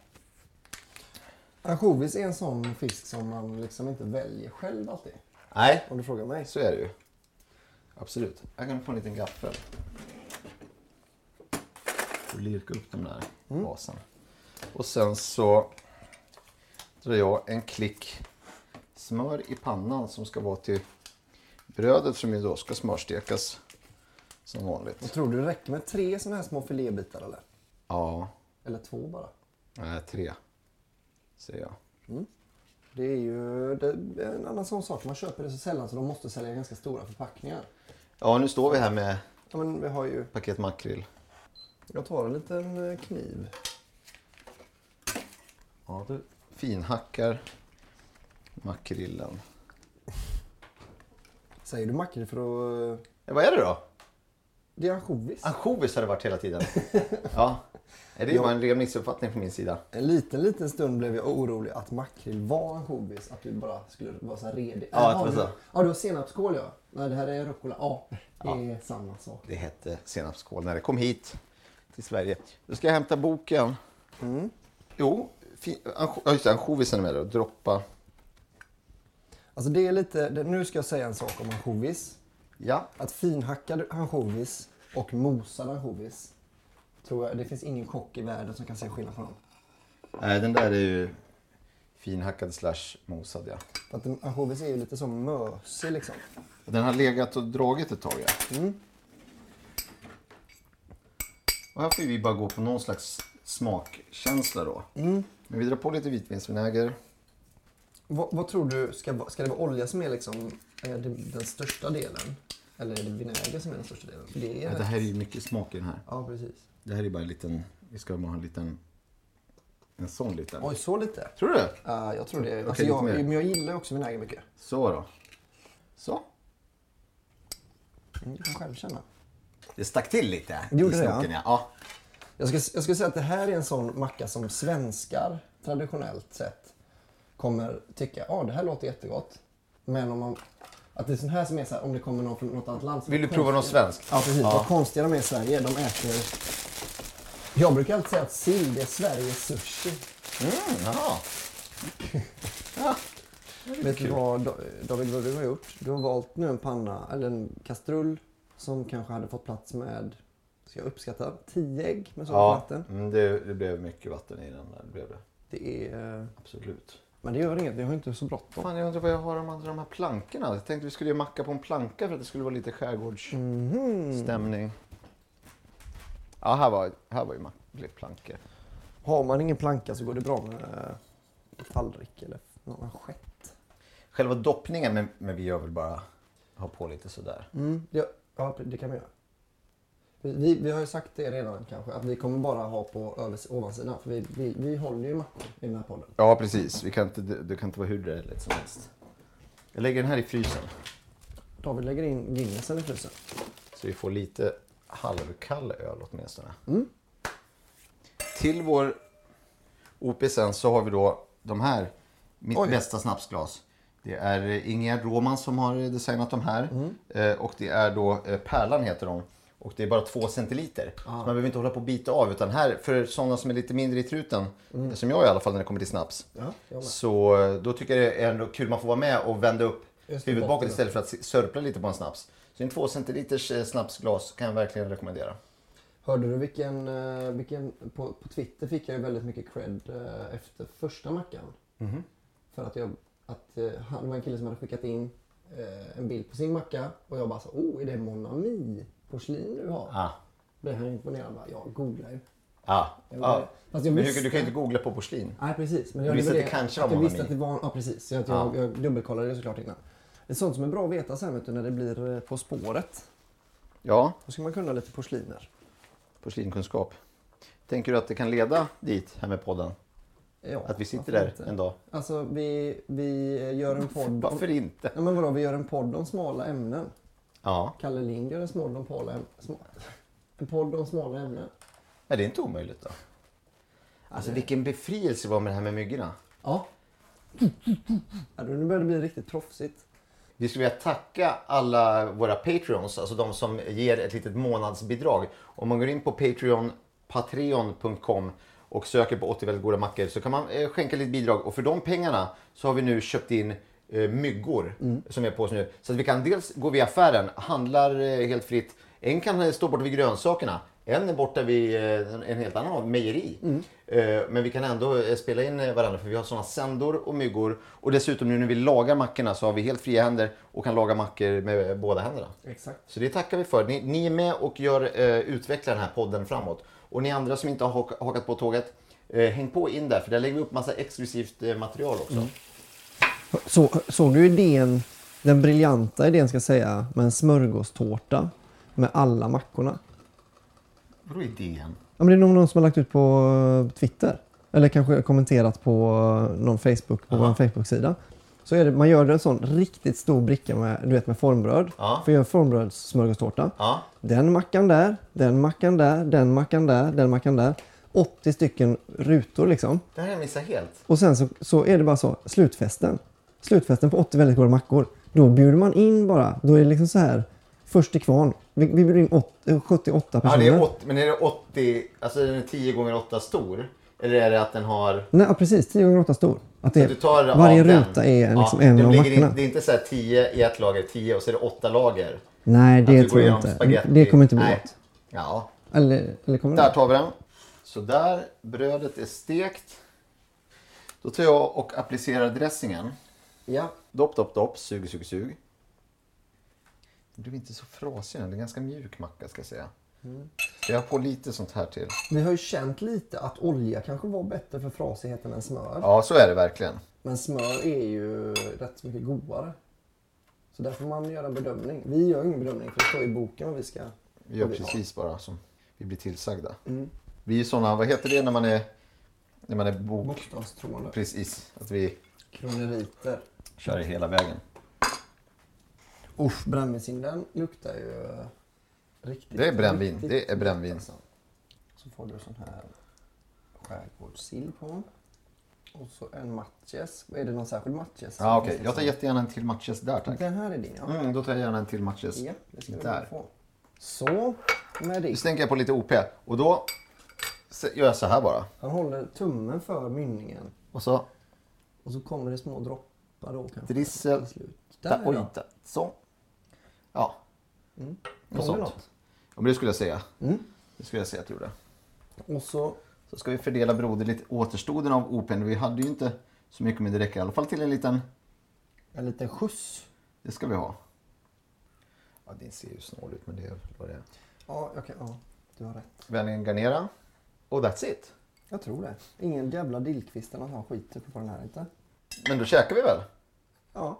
[SPEAKER 1] Ansjovis är en sån fisk som man liksom inte väljer själv alltid.
[SPEAKER 3] Nej,
[SPEAKER 1] Om du frågar mig.
[SPEAKER 3] så är det ju. Absolut. Jag kan få en liten gaffel. Och lirka upp de där vasen. Och sen så drar jag en klick smör i pannan som ska vara till brödet som ju då ska smörstekas som
[SPEAKER 1] Vad
[SPEAKER 3] vanligt.
[SPEAKER 1] tror du, det räcker med tre såna här små filébitar eller?
[SPEAKER 3] Ja,
[SPEAKER 1] Eller två bara?
[SPEAKER 3] nej, tre säger jag.
[SPEAKER 1] Det är ju det är en annan sån sak. Man köper det så sällan så de måste sälja ganska stora förpackningar.
[SPEAKER 3] Ja, nu står vi här med
[SPEAKER 1] Ja, men vi har ju...
[SPEAKER 3] paket makrill.
[SPEAKER 1] Jag tar en liten eh, kniv.
[SPEAKER 3] Ja, du finhackar makrillen.
[SPEAKER 1] Säger du makrill för att... eh,
[SPEAKER 3] Ja, vad är det då?
[SPEAKER 1] Det är ansjovis.
[SPEAKER 3] Ansjovis har det varit hela [LAUGHS] tiden. ja. Nej, Det var en ren missuppfattning från min sida.
[SPEAKER 1] En liten, liten stund blev jag orolig att makrill var ansjovis. Att du bara skulle vara så här redig.
[SPEAKER 3] Ja, att det
[SPEAKER 1] Jaha,
[SPEAKER 3] var
[SPEAKER 1] du,
[SPEAKER 3] så.
[SPEAKER 1] ja, du har senapskål ja. Nej, det här är rucola. Ja, det är samma sak.
[SPEAKER 3] Det hette senapskål när det kom hit till Sverige. Då ska jag hämta boken. Mm. Jo, fi- ansjo- ja, just det, ansjovisen är med då. Droppa.
[SPEAKER 1] Alltså det är lite... Det, nu ska jag säga en sak om ansjovis.
[SPEAKER 3] Ja.
[SPEAKER 1] Att finhackad ansjovis och mosad ansjovis. Tror jag, det finns ingen kock i världen som kan se skillnad på dem.
[SPEAKER 3] Nej, den där är ju finhackad slash mosad ja.
[SPEAKER 1] För att en ansjovis är ju lite så mösig liksom.
[SPEAKER 3] Den har legat och dragit ett tag ja. Och här får vi bara gå på någon slags smakkänsla då. Men vi drar på lite vitvinsvinäger.
[SPEAKER 1] Vad, vad tror du, ska, va- ska det vara olja som är liksom, eh, det- den största delen? Eller är det vinäger som är den största delen? För Det är
[SPEAKER 3] Ja, det här är ju mycket smak i den här.
[SPEAKER 1] Ja, precis.
[SPEAKER 3] Det här är bara en liten, vi ska bara ha en liten, en sån liten.
[SPEAKER 1] Oj, så lite?
[SPEAKER 3] Tror du?
[SPEAKER 1] Eh, jag tror det. Alltså,
[SPEAKER 3] Okej,
[SPEAKER 1] jag,
[SPEAKER 3] lite mer.
[SPEAKER 1] men jag gillar ju också vinäger mycket.
[SPEAKER 3] Så då. Så.
[SPEAKER 1] Mm, Du kan själv känna.
[SPEAKER 3] Det stack till lite
[SPEAKER 1] Det gjorde det, ja.
[SPEAKER 3] ja. ja.
[SPEAKER 1] Jag skulle, jag skulle säga att det här är en sån macka som svenskar traditionellt sett kommer tycka, ja det här låter jättegott. Men om man, att det är sån här som är så här, om det kommer någon från något annat land. så-
[SPEAKER 3] Vill du prova något svenskt?
[SPEAKER 1] Ja precis, vad konstiga de är i Sverige. De äter... Jag brukar alltid säga att sill det är Sveriges sushi.
[SPEAKER 3] Mm, ja.
[SPEAKER 1] Vet du vad Da- David, vad du har gjort? Du har valt nu en panna, eller en kastrull som kanske hade fått plats med, ska jag uppskatta, 10 ägg med sådant
[SPEAKER 3] ja.
[SPEAKER 1] vatten.
[SPEAKER 3] Mm, det, det blev mycket vatten i den där. Det blev det.
[SPEAKER 1] Det är... eh,
[SPEAKER 3] Absolut.
[SPEAKER 1] Men det gör inget, vi har inte så bråttom.
[SPEAKER 3] Fan, jag undrar vad jag har de andra de här plankorna. Jag tänkte vi skulle ju macka på en planka för att det skulle vara lite skärgårdsstämning.
[SPEAKER 1] Mhm.
[SPEAKER 3] Ja, här var, här var ju mack- plankor.
[SPEAKER 1] Har man ingen planka så går det bra med eh, fallrik eller någon manschett.
[SPEAKER 3] Själva doppningen, men, men vi gör väl bara ha på lite sådär.
[SPEAKER 1] Mm, Ja, ja, det kan man göra. Vi, vi, vi har ju sagt det redan kanske, att vi kommer bara ha på övers, ovansidan. För vi, vi, vi håller ju mackor i den här podden.
[SPEAKER 3] Ja, precis. Vi kan inte, det det kan inte vara hur drägligt som helst. Jag lägger den här i frysen
[SPEAKER 1] David lägger in Guinnessen i frysen.
[SPEAKER 3] så vi får lite halvkall öl åtminstone.
[SPEAKER 1] Mm.
[SPEAKER 3] Till vår OP sen så har vi då de här, mitt
[SPEAKER 1] Oj.
[SPEAKER 3] bästa snapsglas. Det är eh, Ingegerd Roman som har eh, designat de här
[SPEAKER 1] Mm.
[SPEAKER 3] eh, och det är då eh, Pärlan heter de. Och det är bara två
[SPEAKER 1] Ah.
[SPEAKER 3] centiliter. Så man behöver inte hålla på och bita av. Utan här, för sådana som är lite mindre i truten, eh, som jag i alla fall när det kommer till snaps,
[SPEAKER 1] Mm. Ja, jag med.
[SPEAKER 3] Så eh, då tycker jag det är ändå kul man får vara med och vända upp
[SPEAKER 1] Just det, botten,
[SPEAKER 3] huvudet bakåt
[SPEAKER 1] ja.
[SPEAKER 3] istället för att se- sörpla lite på en snaps. Så en 2 centiliters eh, snapsglas kan jag verkligen rekommendera.
[SPEAKER 1] Hörde du vilken, eh, vilken på, på Twitter fick jag ju väldigt mycket cred eh, efter första mackan.
[SPEAKER 3] Mhm.
[SPEAKER 1] För att jag, att eh, han, det var en kille som hade skickat in eh, en bild på sin macka och jag bara så, oh är det Mon Ami porslin du har?
[SPEAKER 3] Ah.
[SPEAKER 1] Blev han imponerad? Bara, jag googlar ju.
[SPEAKER 3] Ah.
[SPEAKER 1] gjorde
[SPEAKER 3] Ah.
[SPEAKER 1] det. Fast jag
[SPEAKER 3] Men
[SPEAKER 1] visste-
[SPEAKER 3] Hugo, du kan ju inte googla på porslin.
[SPEAKER 1] Nej precis. Men
[SPEAKER 3] Du visste
[SPEAKER 1] gjorde
[SPEAKER 3] att det kanske var Ah.
[SPEAKER 1] att jag
[SPEAKER 3] Mon
[SPEAKER 1] visste
[SPEAKER 3] Ami.
[SPEAKER 1] att det var, ja precis. Så att jag, jag dubbelkollade det såklart innan. Ett sånt som är bra att veta sen vet du, när det blir eh, På spåret.
[SPEAKER 3] Ja,
[SPEAKER 1] Då ska man kunna lite porsliner.
[SPEAKER 3] porslinkunskap. Tänker du att det kan leda dit här med podden?
[SPEAKER 1] Ja,
[SPEAKER 3] Att vi sitter
[SPEAKER 1] varför
[SPEAKER 3] där
[SPEAKER 1] inte?
[SPEAKER 3] en dag?
[SPEAKER 1] Alltså vi, vi gör en podd. om-
[SPEAKER 3] Varför inte?
[SPEAKER 1] Ja, men vadå, vi gör en podd om smala ämnen.
[SPEAKER 3] Ja,
[SPEAKER 1] Kalle Lind gör en, smal om pala, äm- sma, en podd om smala ämnen.
[SPEAKER 3] är det är inte omöjligt då? Alltså vilken befrielse det var med det här med myggorna.
[SPEAKER 1] Ja. ja då- nu börjar det bli riktigt proffsigt.
[SPEAKER 3] Vi skulle vilja tacka alla våra Patreons, alltså de som ger ett litet månadsbidrag. Om man går in på Patreon, patreon.com och söker på 80 väldigt goda mackor så kan man eh, skänka lite bidrag. Och för de pengarna så har vi nu köpt in eh, myggor som är på oss nu. Så att vi kan dels gå via affären, handlar eh, helt fritt. En kan eh, stå borta vid grönsakerna. En är borta vid eh, en helt annan av mejeri. Eh, Men vi kan ändå eh, spela in eh, varandra för vi har sådana sändor och myggor. Och dessutom nu när vi lagar mackorna så har vi helt fria händer och kan laga mackor med eh, båda händerna.
[SPEAKER 1] Exakt.
[SPEAKER 3] Så det tackar vi för. Ni, ni är med och gör, eh, utvecklar den här podden framåt. Och ni andra som inte har hak- hakat på tåget, eh, häng på in där för där lägger vi upp massa exklusivt eh, material också.
[SPEAKER 1] Så, såg du idén, den briljanta idén ska jag säga, med en smörgåstårta med alla mackorna?
[SPEAKER 3] Vadå idén?
[SPEAKER 1] Ja, men det är nog någon som har lagt ut på eh, Twitter. Eller kanske kommenterat på eh, någon Facebook, på vår Facebook-sida. Så är det, man gör en sån riktigt stor bricka med, du vet, med formbröd.
[SPEAKER 3] Ja.
[SPEAKER 1] För att göra en formbrödssmörgåstårta.
[SPEAKER 3] Ja.
[SPEAKER 1] Den mackan där, den mackan där, den mackan där, den mackan där. 80 stycken rutor liksom.
[SPEAKER 3] Det här har jag missat helt.
[SPEAKER 1] Och sen så, så är det bara så, slutfesten. Slutfesten på 80 väldigt goda mackor. Då bjuder man in bara, då är det liksom så här, först till kvarn. Vi, vi bjuder in åt, eh, 78
[SPEAKER 3] Ja,
[SPEAKER 1] personer.
[SPEAKER 3] det är 80, men är det 80, alltså är den 10 gånger 8 stor? Eller är det att den har...
[SPEAKER 1] Nej, ja, precis. 10 gånger 8 stor. Att det,
[SPEAKER 3] Du tar av
[SPEAKER 1] varje
[SPEAKER 3] den.
[SPEAKER 1] ruta är liksom
[SPEAKER 3] Ja,
[SPEAKER 1] en
[SPEAKER 3] den
[SPEAKER 1] av
[SPEAKER 3] ligger in-
[SPEAKER 1] mackorna.
[SPEAKER 3] Det är inte så här 10 i ett lager, 10 och så är det 8 lager.
[SPEAKER 1] Nej,
[SPEAKER 3] Att du
[SPEAKER 1] det
[SPEAKER 3] går
[SPEAKER 1] tror jag
[SPEAKER 3] igenom
[SPEAKER 1] inte.
[SPEAKER 3] spaghetti.
[SPEAKER 1] Det kommer inte bli
[SPEAKER 3] Nej.
[SPEAKER 1] något.
[SPEAKER 3] Ja,
[SPEAKER 1] Eller, eller kommer
[SPEAKER 3] där
[SPEAKER 1] det?
[SPEAKER 3] tar vi den. Så där, brödet är stekt. Då tar jag och applicerar dressingen.
[SPEAKER 1] Ja.
[SPEAKER 3] Dopp, dopp, dopp, sug, sug, sug. Det blev inte så frasig den, det är en ganska mjuk macka ska jag säga.
[SPEAKER 1] Mm.
[SPEAKER 3] Jag har på lite sånt här till.
[SPEAKER 1] Vi har ju känt lite att olja kanske var bättre för frasigheten än smör.
[SPEAKER 3] Ja, så är det verkligen.
[SPEAKER 1] Men smör är ju rätt så mycket godare. Så där får man göra en bedömning. Vi gör ingen bedömning för det står i boken vad vi ska...
[SPEAKER 3] Vi gör
[SPEAKER 1] vad vi Mm. har.
[SPEAKER 3] precis bara som vi blir tillsagda. Vi är sådana, vad heter det när man är, när man är bok...
[SPEAKER 1] Bokstavstroende.
[SPEAKER 3] Precis, att vi
[SPEAKER 1] Kroneriter.
[SPEAKER 3] kör hela vägen.
[SPEAKER 1] Usch, brännvinshimlen luktar ju eh, riktigt...
[SPEAKER 3] Det är brännvin,
[SPEAKER 1] riktigt
[SPEAKER 3] det är brännvin.
[SPEAKER 1] Alltså. Så får du sån här skärgårdssill på. Och så en matjes. Är det någon särskild matjes?
[SPEAKER 3] Ja, okej. Jag tar jättegärna en till matches där tack.
[SPEAKER 1] liksom? Den här är din ja.
[SPEAKER 3] Mm, då tar jag gärna en till matches.
[SPEAKER 1] ja det ska du
[SPEAKER 3] där.
[SPEAKER 1] få. Så, med
[SPEAKER 3] Nu
[SPEAKER 1] det.
[SPEAKER 3] stänker jag på lite OP och då se- gör jag så här bara.
[SPEAKER 1] Han håller tummen för mynningen.
[SPEAKER 3] Och så
[SPEAKER 1] Och så kommer det små droppar då kanske.
[SPEAKER 3] drissel.
[SPEAKER 1] till slut.
[SPEAKER 3] Där,
[SPEAKER 1] Där
[SPEAKER 3] oj,
[SPEAKER 1] då.
[SPEAKER 3] där. Så. Ja, något
[SPEAKER 1] Kommer det
[SPEAKER 3] sånt.
[SPEAKER 1] något? Mm.
[SPEAKER 3] Ja, men det skulle jag säga. Det skulle jag säga att du gjorde.
[SPEAKER 1] Och så,
[SPEAKER 3] Så ska vi fördela broderligt återstoden av OPen. Vi hade ju inte så mycket men det räcker i alla fall till en liten.
[SPEAKER 1] en liten skjuts.
[SPEAKER 3] Det ska vi ha. Ja, din ser ju snål ut men det är vad det är.
[SPEAKER 1] Ja, jag kan, ja, du har rätt.
[SPEAKER 3] Vänligen garnera. Och that's it.
[SPEAKER 1] Jag tror det. Ingen jävla dillkvist eller något han skiter på den här inte.
[SPEAKER 3] Men då käkar vi väl?
[SPEAKER 1] Ja.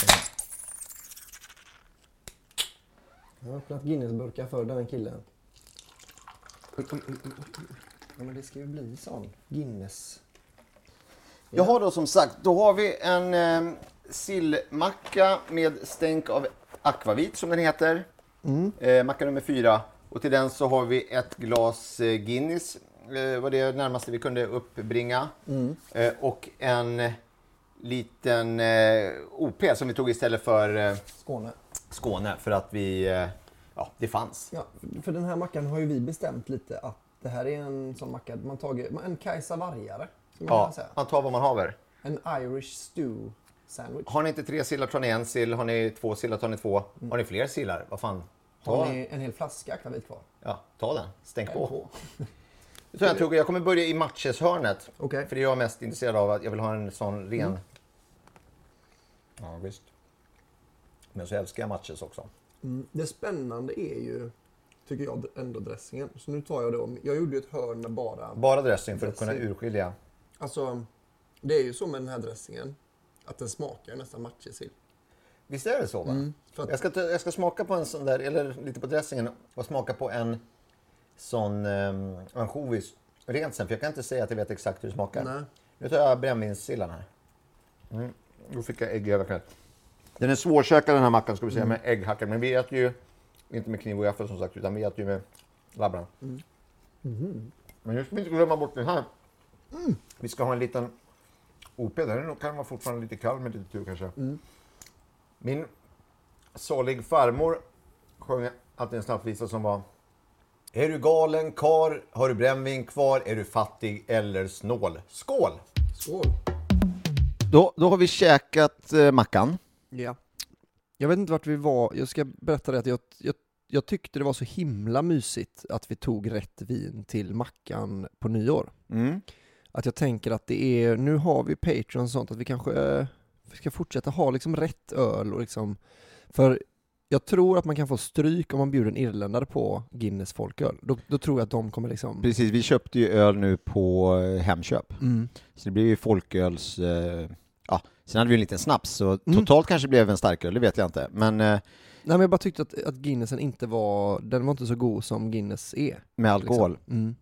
[SPEAKER 4] Jag har öppnat Guinnessburkar för den här killen. Ja, men det ska ju bli sån. Guinness.
[SPEAKER 3] Jaha då som sagt, då har vi en eh, sillmacka med stänk av akvavit som den heter.
[SPEAKER 4] Mm.
[SPEAKER 3] Eh, macka nummer fyra. Och till den så har vi ett glas eh, Guinness, eh, var det närmaste vi kunde uppbringa.
[SPEAKER 4] Mm.
[SPEAKER 3] Eh, och en liten eh, OP som vi tog istället för eh,
[SPEAKER 4] Skåne.
[SPEAKER 3] Skåne för att vi, eh, ja det fanns.
[SPEAKER 4] Ja, för den här mackan har ju vi bestämt lite att det här är en sån macka. Man tagit, en Kajsa Vargare. Ska man
[SPEAKER 3] Ja,
[SPEAKER 4] kunna säga.
[SPEAKER 3] man tar vad man haver.
[SPEAKER 4] En Irish stew sandwich.
[SPEAKER 3] Har ni inte tre sillar tar ni en sill, har ni två sillar tar ni två. Har ni fler sillar, vad fan.
[SPEAKER 4] Har
[SPEAKER 3] Ta,
[SPEAKER 4] ni en hel flaska akvavit kvar?
[SPEAKER 3] ja, ta den, stänk på.
[SPEAKER 4] På.
[SPEAKER 3] Så jag, tror, jag kommer börja i matcheshörnet.
[SPEAKER 4] Okej. Mm.
[SPEAKER 3] För det är jag mest intresserad av. Att jag vill ha en sån ren. Ja, visst. Men så älskar jag matches också.
[SPEAKER 4] Det spännande är ju, tycker jag, ändå dressingen. Så nu tar jag då, jag gjorde ju ett hörn med bara...
[SPEAKER 3] Bara dressing för att kunna
[SPEAKER 4] Dressing.
[SPEAKER 3] urskilja.
[SPEAKER 4] Alltså, det är ju så med den här dressingen att den smakar nästan matjessill.
[SPEAKER 3] Visst är det så? Va?
[SPEAKER 4] Mm, för att-
[SPEAKER 3] jag, ska, ta- jag ska smaka på en sån där, eller lite på dressingen och smaka på en sån um, ansjovis rent sen. För jag kan inte säga att jag vet exakt hur det smakar.
[SPEAKER 4] Nej.
[SPEAKER 3] Nu tar jag brännvinssillan här. Mm. Då fick jag ägg i överknölet. Den är svårkökad den här mackan ska vi säga med ägghackad. Men vi äter ju inte med kniv och gaffel som sagt utan vi äter ju med labbarna. Men nu ska vi inte glömma bort den här. Vi ska ha en liten OP. Den är nog- kan vara fortfarande lite kall med lite tur kanske. Min salig farmor sjöng alltid en snabbvisa som var Är du galen kar? Har du brännvin kvar? Är du fattig eller snål? Skål!
[SPEAKER 4] Skål!
[SPEAKER 3] Då, då har vi käkat eh, mackan.
[SPEAKER 1] Ja. Jag vet inte vart vi var, jag ska berätta det att jag, jag, jag tyckte det var så himla mysigt att vi tog rätt vin till mackan på nyår.
[SPEAKER 3] Mm.
[SPEAKER 1] Att jag tänker att det är, nu har vi Patreon och sånt, att vi kanske eh, vi ska fortsätta ha liksom rätt öl och liksom, för jag tror att man kan få stryk om man bjuder en irländare på Guinness folköl. Då, då tror jag att de kommer liksom...
[SPEAKER 3] Precis, vi köpte ju öl nu på eh, Hemköp.
[SPEAKER 1] Mm.
[SPEAKER 3] Så det blev ju folköls... Eh, ja, sen hade vi en liten snaps, så totalt kanske det blev en starköl, det vet jag inte. Men eh,
[SPEAKER 1] Nej men jag bara tyckte att, att Guinnessen inte var, den var inte så god som Guinness är.
[SPEAKER 3] med alkohol.
[SPEAKER 1] Liksom. Mm.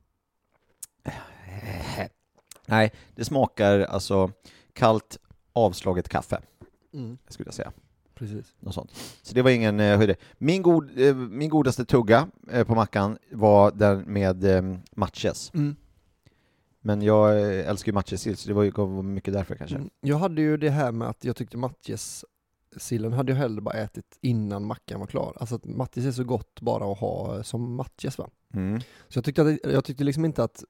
[SPEAKER 3] Nej, det smakar alltså kallt avslaget kaffe,
[SPEAKER 1] Mm.
[SPEAKER 3] skulle jag säga.
[SPEAKER 1] Precis.
[SPEAKER 3] Något sånt. Så det var ingen eh, höjdare. Min, god, eh, min godaste tugga eh, på mackan var den med eh, matches.
[SPEAKER 1] Mm.
[SPEAKER 3] Men jag eh, älskar ju matjessill, så det var ju gav mycket därför kanske.
[SPEAKER 1] Mm. Jag hade ju det här med att jag tyckte matjessillen hade jag hellre bara ätit innan mackan var klar. Alltså att matjes är så gott bara att ha eh, som matjes va.
[SPEAKER 3] Mm.
[SPEAKER 1] Så jag tyckte, att, jag tyckte liksom inte att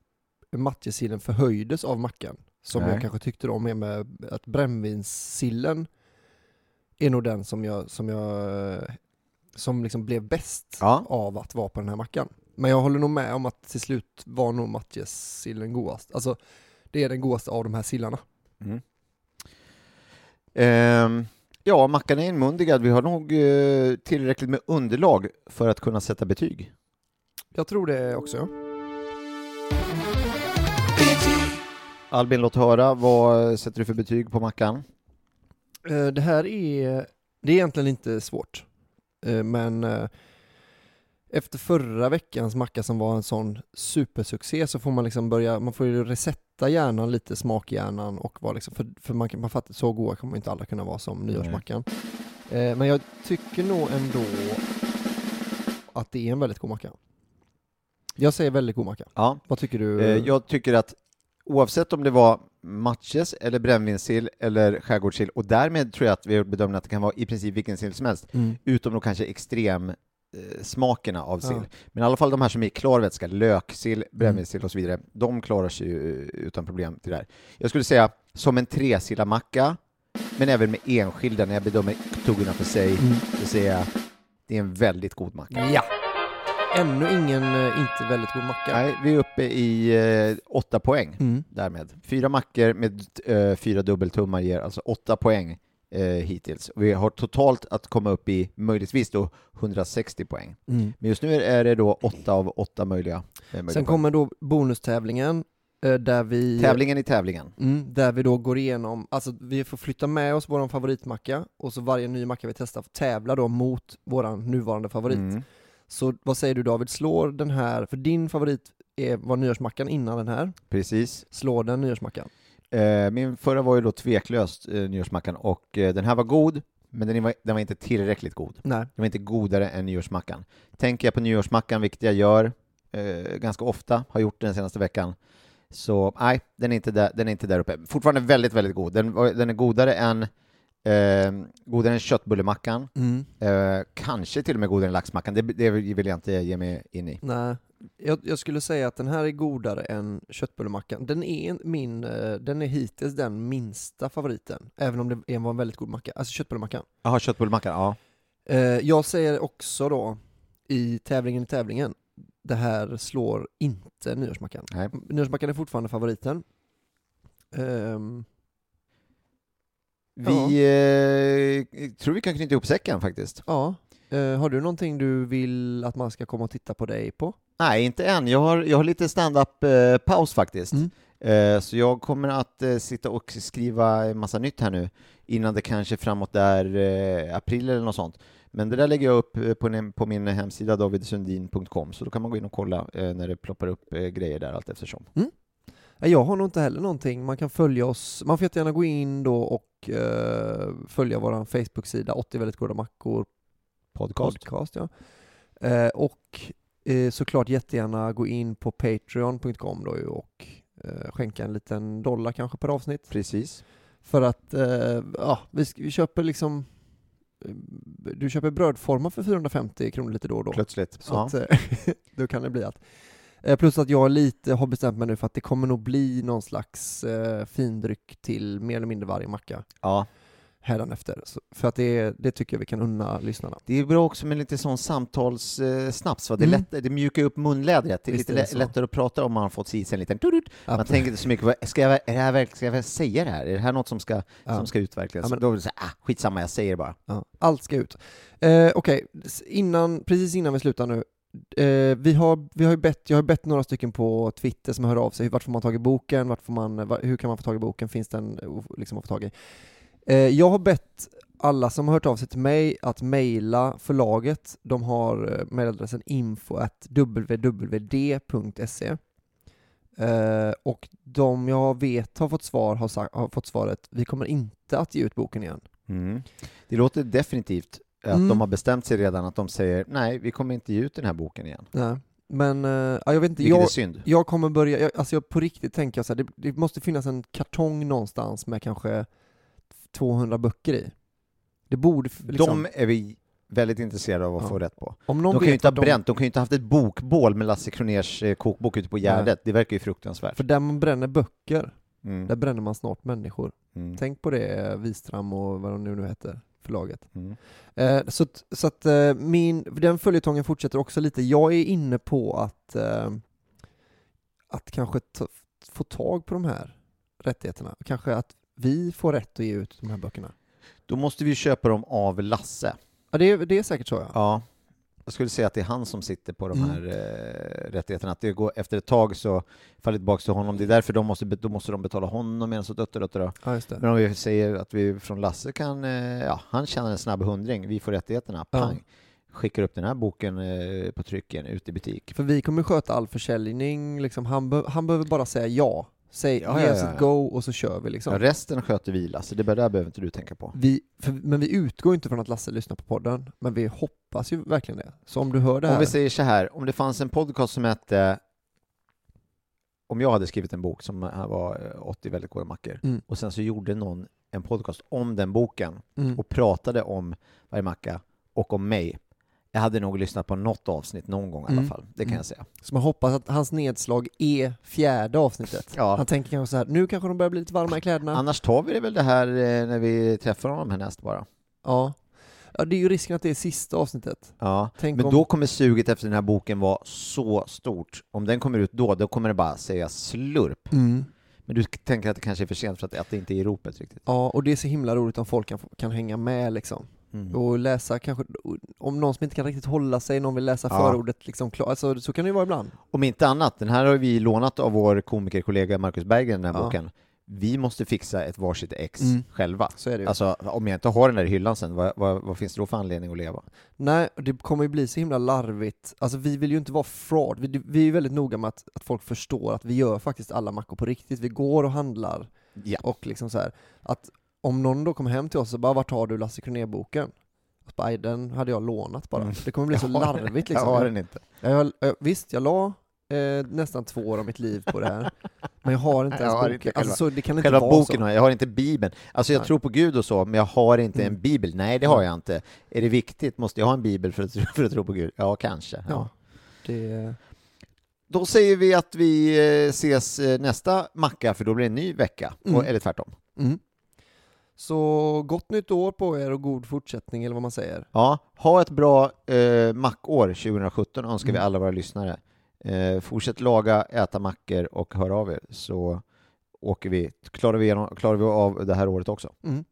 [SPEAKER 1] matjessillen förhöjdes av mackan. Som
[SPEAKER 3] Nej.
[SPEAKER 1] jag kanske tyckte då med, med att brännvinssillen är nog den som jag, som jag eh, som liksom blev bäst
[SPEAKER 3] Ja.
[SPEAKER 1] av att vara på den här mackan. Men jag håller nog med om att till slut var nog matjessillen godast. Alltså det är den godaste av de här sillarna.
[SPEAKER 3] Ehm, ja, mackan är inmundigad. Vi har nog eh, tillräckligt med underlag för att kunna sätta betyg.
[SPEAKER 1] Jag tror det också ja.
[SPEAKER 3] Albin, låt höra. Vad sätter du för betyg på mackan?
[SPEAKER 1] Eh, Det här är, det är egentligen inte svårt. Eh, Men eh, efter förra veckans macka som var en sån supersuccé så får man liksom börja, man får ju resetta hjärnan lite, smakhjärnan och vara liksom, för, för man, kan- man fattar, så goda kommer inte alla kunna vara som nyårsmackan. Eh, Men jag tycker nog ändå att det är en väldigt god macka. Jag säger väldigt god macka.
[SPEAKER 3] Ja.
[SPEAKER 1] Vad tycker du?
[SPEAKER 3] Eh, jag tycker att oavsett om det var matches eller brännvinssill eller skärgårdssill och därmed tror jag att vi har bedömt att det kan vara i princip vilken sill som helst,
[SPEAKER 1] Mm.
[SPEAKER 3] utom då kanske extrem eh, smakerna av
[SPEAKER 1] Ja.
[SPEAKER 3] sill. Men i alla fall de här som är i klar vätska, löksill, brännvinssill och så vidare, de klarar sig ju eh, utan problem till det här. Jag skulle säga som en tresillamacka, men även med enskilda, när jag bedömer tuggorna för sig, så säger jag det är en väldigt god macka.
[SPEAKER 1] Ja! Ännu ingen eh, inte väldigt god macka.
[SPEAKER 3] Nej, vi är uppe i eh, åtta poäng
[SPEAKER 1] Mm.
[SPEAKER 3] därmed. Fyra mackor med eh, fyra dubbeltummar ger alltså åtta poäng eh, hittills. Vi har totalt att komma upp i möjligtvis då 160 poäng.
[SPEAKER 1] Mm.
[SPEAKER 3] Men just nu är det då åtta av åtta möjliga. Eh, möjliga
[SPEAKER 1] Sen
[SPEAKER 3] poäng.
[SPEAKER 1] kommer då bonustävlingen eh, där vi...
[SPEAKER 3] Tävlingen i tävlingen.
[SPEAKER 1] Mm, där vi då går igenom, alltså vi får flytta med oss vår favoritmacka och så varje ny macka vi testar tävlar då mot vår nuvarande favorit.
[SPEAKER 3] Mm.
[SPEAKER 1] Så vad säger du David, slår den här, för din favorit är, var nyårsmackan innan den här,
[SPEAKER 3] Precis.
[SPEAKER 1] slår den nyårsmackan?
[SPEAKER 3] Eh, min förra var ju då tveklöst, eh, nyårsmackan, och eh, den här var god, men den var, den var inte tillräckligt god.
[SPEAKER 1] Nej.
[SPEAKER 3] Den var inte godare än nyårsmackan. Tänker jag på nyårsmackan, vilket jag gör eh, ganska ofta, har gjort det den senaste veckan, så nej, den är inte där, den är inte där uppe. Fortfarande väldigt, väldigt god. Den, var- den är godare än, eh, godare än köttbullemackan,
[SPEAKER 1] Mm.
[SPEAKER 3] eh, kanske till och med godare än laxmackan, det, det vill jag inte ge mig in i.
[SPEAKER 1] Nej. Jag, jag skulle säga att den här är godare än köttbullemackan. Den är, en- min, eh, den är hittills den minsta favoriten, även om det var en väldigt god macka, alltså köttbullemackan.
[SPEAKER 3] Jaha, köttbullemackan, ja.
[SPEAKER 1] Eh, jag säger också då, i tävlingen i tävlingen, det här slår inte nyårsmackan.
[SPEAKER 3] Nej.
[SPEAKER 1] Nyårsmackan är fortfarande favoriten. Ehm,
[SPEAKER 3] Vi eh, tror vi kan knyta ihop säcken faktiskt.
[SPEAKER 1] ja, Eh, har du någonting du vill att man ska komma och titta på dig på?
[SPEAKER 3] Nej, inte än. Jag har, jag har lite stand-up-paus faktiskt.
[SPEAKER 1] Mm.
[SPEAKER 3] Eh, Så jag kommer att eh, sitta och skriva en massa nytt här nu innan det kanske framåt där eh, april eller något sånt. Men det där lägger jag upp eh, på, en- på min hemsida davidsundin.com så då kan man gå in och kolla eh, när det ploppar upp eh, grejer där allt eftersom.
[SPEAKER 1] Nej, Jag har nog inte heller någonting. Man kan följa oss, man får jättegärna gå in då och eh, följa vår Facebook-sida 80 väldigt goda mackor
[SPEAKER 3] Podcast.
[SPEAKER 1] podcast. ja. eh, och eh, såklart jättegärna gå in på patreon.com då ju och eh, skänka en liten dollar kanske per avsnitt.
[SPEAKER 3] Precis.
[SPEAKER 1] För att eh, ja, vi, sk- vi köper liksom eh, du köper brödformar för 450 kronor lite då och då.
[SPEAKER 3] Plötsligt.
[SPEAKER 1] Så
[SPEAKER 3] ja.
[SPEAKER 1] att, eh, [LAUGHS] då kan det bli att. Eh, Plus att jag lite har bestämt mig nu för att det kommer nog bli någon slags eh, findryck till mer eller mindre varje macka
[SPEAKER 3] ja.
[SPEAKER 1] hädanefter. Så- För att det, det tycker jag vi kan unna lyssnarna.
[SPEAKER 3] Det är bra också med lite sån samtalssnaps, va? Det, är
[SPEAKER 1] Mm.
[SPEAKER 3] lätt, det mjukar upp munlädret. Det är
[SPEAKER 1] Visst
[SPEAKER 3] lite
[SPEAKER 1] är det
[SPEAKER 3] lä-
[SPEAKER 1] så.
[SPEAKER 3] lättare att prata om man har fått i sig en liten tutut. Man
[SPEAKER 1] Att-
[SPEAKER 3] tänker inte så mycket, vad- ska jag, är det här, verkligen- ska jag verkligen säga det här? Är det här något som ska,
[SPEAKER 1] Ja.
[SPEAKER 3] som ska utverkligas?
[SPEAKER 1] Ja, men-
[SPEAKER 3] Då vill jag säga, ah, skitsamma, jag säger det bara.
[SPEAKER 1] Ja, allt ska ut. Eh, Okej, s- innan, precis innan vi slutar nu. Eh, vi har, vi har ju bett, jag har bett några stycken på Twitter som hör av sig. Vart får man tag i boken? Vart får man, va- hur kan man få tag i boken? Finns den eh, o- liksom att få tag i? Eh, jag har bett alla som har hört av sig till mig att mejla förlaget. De har eh, mejladressen info.wwd.se e. eh, och de jag vet har fått svar har, sa- har fått svaret vi kommer inte att ge ut boken igen.
[SPEAKER 3] Det låter definitivt att
[SPEAKER 1] Mm.
[SPEAKER 3] de har bestämt sig redan att de säger, nej, vi kommer inte ge ut den här boken igen.
[SPEAKER 1] Nej, men eh, ja, jag vet inte.
[SPEAKER 3] Vilket är
[SPEAKER 1] Jag,
[SPEAKER 3] synd.
[SPEAKER 1] jag kommer börja, jag, alltså jag på riktigt tänker jag så här, det, det måste finnas en kartong någonstans med kanske 200 böcker i. Det borde, f- liksom,
[SPEAKER 3] De är vi väldigt intresserade av att
[SPEAKER 1] Ja.
[SPEAKER 3] få rätt på.
[SPEAKER 1] om
[SPEAKER 3] De,
[SPEAKER 1] någon
[SPEAKER 3] kan ju
[SPEAKER 1] vet
[SPEAKER 3] inte ha
[SPEAKER 1] vart de-
[SPEAKER 3] bränt, de kan ju inte ha haft ett bokbål med Lasse Kronérs eh, kokbok ute på Gärdet.
[SPEAKER 1] Nej.
[SPEAKER 3] Det verkar ju fruktansvärt.
[SPEAKER 1] För där man bränner böcker,
[SPEAKER 3] Mm.
[SPEAKER 1] där bränner man snart människor.
[SPEAKER 3] Mm.
[SPEAKER 1] Tänk på det, Wistram och vad de nu, nu heter, förlaget.
[SPEAKER 3] Mm.
[SPEAKER 1] Eh, så att- så att eh, min, den följetongen fortsätter också lite. Jag är inne på att, eh, att kanske ta, få tag på de här rättigheterna. Kanske att vi får rätt att ge ut de här böckerna.
[SPEAKER 3] Då måste vi ju köpa dem av Lasse.
[SPEAKER 1] Ja, det, är- det är säkert så ja.
[SPEAKER 3] Ja. Jag skulle säga att det är han som sitter på de
[SPEAKER 1] Mm.
[SPEAKER 3] här eh, rättigheterna. Att det går efter ett tag så faller det tillbaka till honom. Det är därför de måste, be- då måste de betala honom medan så dött och dött och dött.
[SPEAKER 1] Ja, just det.
[SPEAKER 3] Men om vi säger att vi från Lasse kan, eh, ja, han tjänar en snabb hundring, vi får rättigheterna,
[SPEAKER 1] Ja.
[SPEAKER 3] pang. Skickar upp den här boken eh, på trycken ut i butik.
[SPEAKER 1] För vi kommer sköta all försäljning, liksom. han, be, han behöver bara säga ja. Säg,
[SPEAKER 3] Ja,
[SPEAKER 1] ge
[SPEAKER 3] ja,
[SPEAKER 1] oss
[SPEAKER 3] ja,
[SPEAKER 1] ett
[SPEAKER 3] ja.
[SPEAKER 1] go och så kör vi liksom.
[SPEAKER 3] Ja, resten sköter vi Lasse, det där behöver inte du tänka på.
[SPEAKER 1] Vi, för, men vi utgår inte från att Lasse lyssnar på podden, men vi hoppas ju verkligen det. Så om du hör det
[SPEAKER 3] Om
[SPEAKER 1] här,
[SPEAKER 3] vi säger så här, om det fanns en podcast som hette om jag hade skrivit en bok som var eh, 80 väldigt goda mackor
[SPEAKER 1] Mm.
[SPEAKER 3] och sen så gjorde någon en podcast om den boken
[SPEAKER 1] mm,
[SPEAKER 3] och pratade om varje macka och om mig. Jag hade nog lyssnat på något avsnitt någon gång i alla
[SPEAKER 1] Mm.
[SPEAKER 3] fall, det kan
[SPEAKER 1] Mm.
[SPEAKER 3] jag säga.
[SPEAKER 1] så man hoppas att hans nedslag är fjärde avsnittet.
[SPEAKER 3] Ja.
[SPEAKER 1] Han tänker kanske så här, nu kanske de börjar Mm. bli lite varma i kläderna.
[SPEAKER 3] Annars tar vi det väl det här eh, när vi träffar honom härnäst bara.
[SPEAKER 1] ja. Ja, det är ju risken att det är sista avsnittet.
[SPEAKER 3] Ja,
[SPEAKER 1] Tänk
[SPEAKER 3] men
[SPEAKER 1] om-
[SPEAKER 3] då kommer suget efter den här boken vara så stort. Om den kommer ut då, då kommer det bara säga slurp.
[SPEAKER 1] Mm.
[SPEAKER 3] Men du tänker att det kanske är för sent för att, att det inte är i ropet riktigt?
[SPEAKER 1] Ja, och det är så himla roligt om folk kan, kan hänga med liksom.
[SPEAKER 3] Mm.
[SPEAKER 1] Och läsa kanske, om någon som inte kan riktigt hålla sig, någon vill läsa
[SPEAKER 3] Ja.
[SPEAKER 1] förordet liksom, klar, alltså, så kan det ju vara ibland.
[SPEAKER 3] Om inte annat, den här har vi lånat av vår komikerkollega Marcus Berggren, den här
[SPEAKER 1] Ja.
[SPEAKER 3] boken. Vi måste fixa ett varsitt ex
[SPEAKER 1] Mm.
[SPEAKER 3] själva.
[SPEAKER 1] Så är det ju.
[SPEAKER 3] Alltså, om jag inte har den där i hyllan sen, vad, vad, vad finns det då för anledning att leva?
[SPEAKER 1] Nej, och det kommer ju bli så himla larvigt. Alltså vi vill ju inte vara fraud. Vi, vi är ju väldigt noga med att, att folk förstår att vi gör faktiskt alla mackor på riktigt. Vi går och handlar
[SPEAKER 3] Ja.
[SPEAKER 1] och liksom så här. Att om någon då kommer hem till oss och bara ”Vart har du Lasse Kronér-boken?” Att bara, "Aj, Den hade jag lånat bara.
[SPEAKER 3] Mm.
[SPEAKER 1] Det kommer bli
[SPEAKER 3] [LAUGHS]
[SPEAKER 1] så
[SPEAKER 3] Jag har den.
[SPEAKER 1] larvigt
[SPEAKER 3] Jag
[SPEAKER 1] liksom.
[SPEAKER 3] har den inte.
[SPEAKER 1] Jag, jag, jag, visst, jag la eh, nästan två år av mitt liv på det
[SPEAKER 3] [LAUGHS]
[SPEAKER 1] här, men jag har inte
[SPEAKER 3] Nej,
[SPEAKER 1] ens
[SPEAKER 3] jag har
[SPEAKER 1] boken.
[SPEAKER 3] inte
[SPEAKER 1] alltså, så, det kan inte
[SPEAKER 3] Själva
[SPEAKER 1] vara
[SPEAKER 3] boken
[SPEAKER 1] så.
[SPEAKER 3] har jag, jag har inte Bibeln. Alltså jag
[SPEAKER 1] Nej.
[SPEAKER 3] tror på Gud och så, men jag har inte
[SPEAKER 1] Mm.
[SPEAKER 3] en Bibel. Nej, det har jag inte. Är det viktigt? Måste jag ha en Bibel för att, tro- för att tro på Gud? Ja, kanske. Ja.
[SPEAKER 1] Ja, det,
[SPEAKER 3] Då säger vi att vi eh, ses eh, nästa macka, för då blir det en ny vecka.
[SPEAKER 1] Mm.
[SPEAKER 3] Och, eller tvärtom.
[SPEAKER 1] mm. Så gott nytt år på er och god fortsättning eller vad man säger.
[SPEAKER 3] Ja, ha ett bra eh, mackår 2017 önskar vi
[SPEAKER 1] Mm.
[SPEAKER 3] alla våra lyssnare. Eh, fortsätt laga, äta mackor och hör av er så åker vi, klarar, vi igenom, klarar vi av det här året också.
[SPEAKER 1] Mm.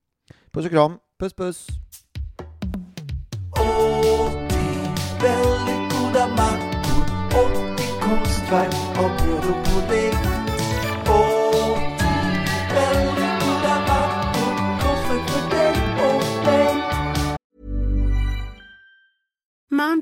[SPEAKER 3] Puss och kram!
[SPEAKER 1] Puss puss!
[SPEAKER 2] väldigt goda mackor och till konstverk av bröd och pudding. Och till väldigt goda mackor, konstverk för dig och mig.
[SPEAKER 5] Mom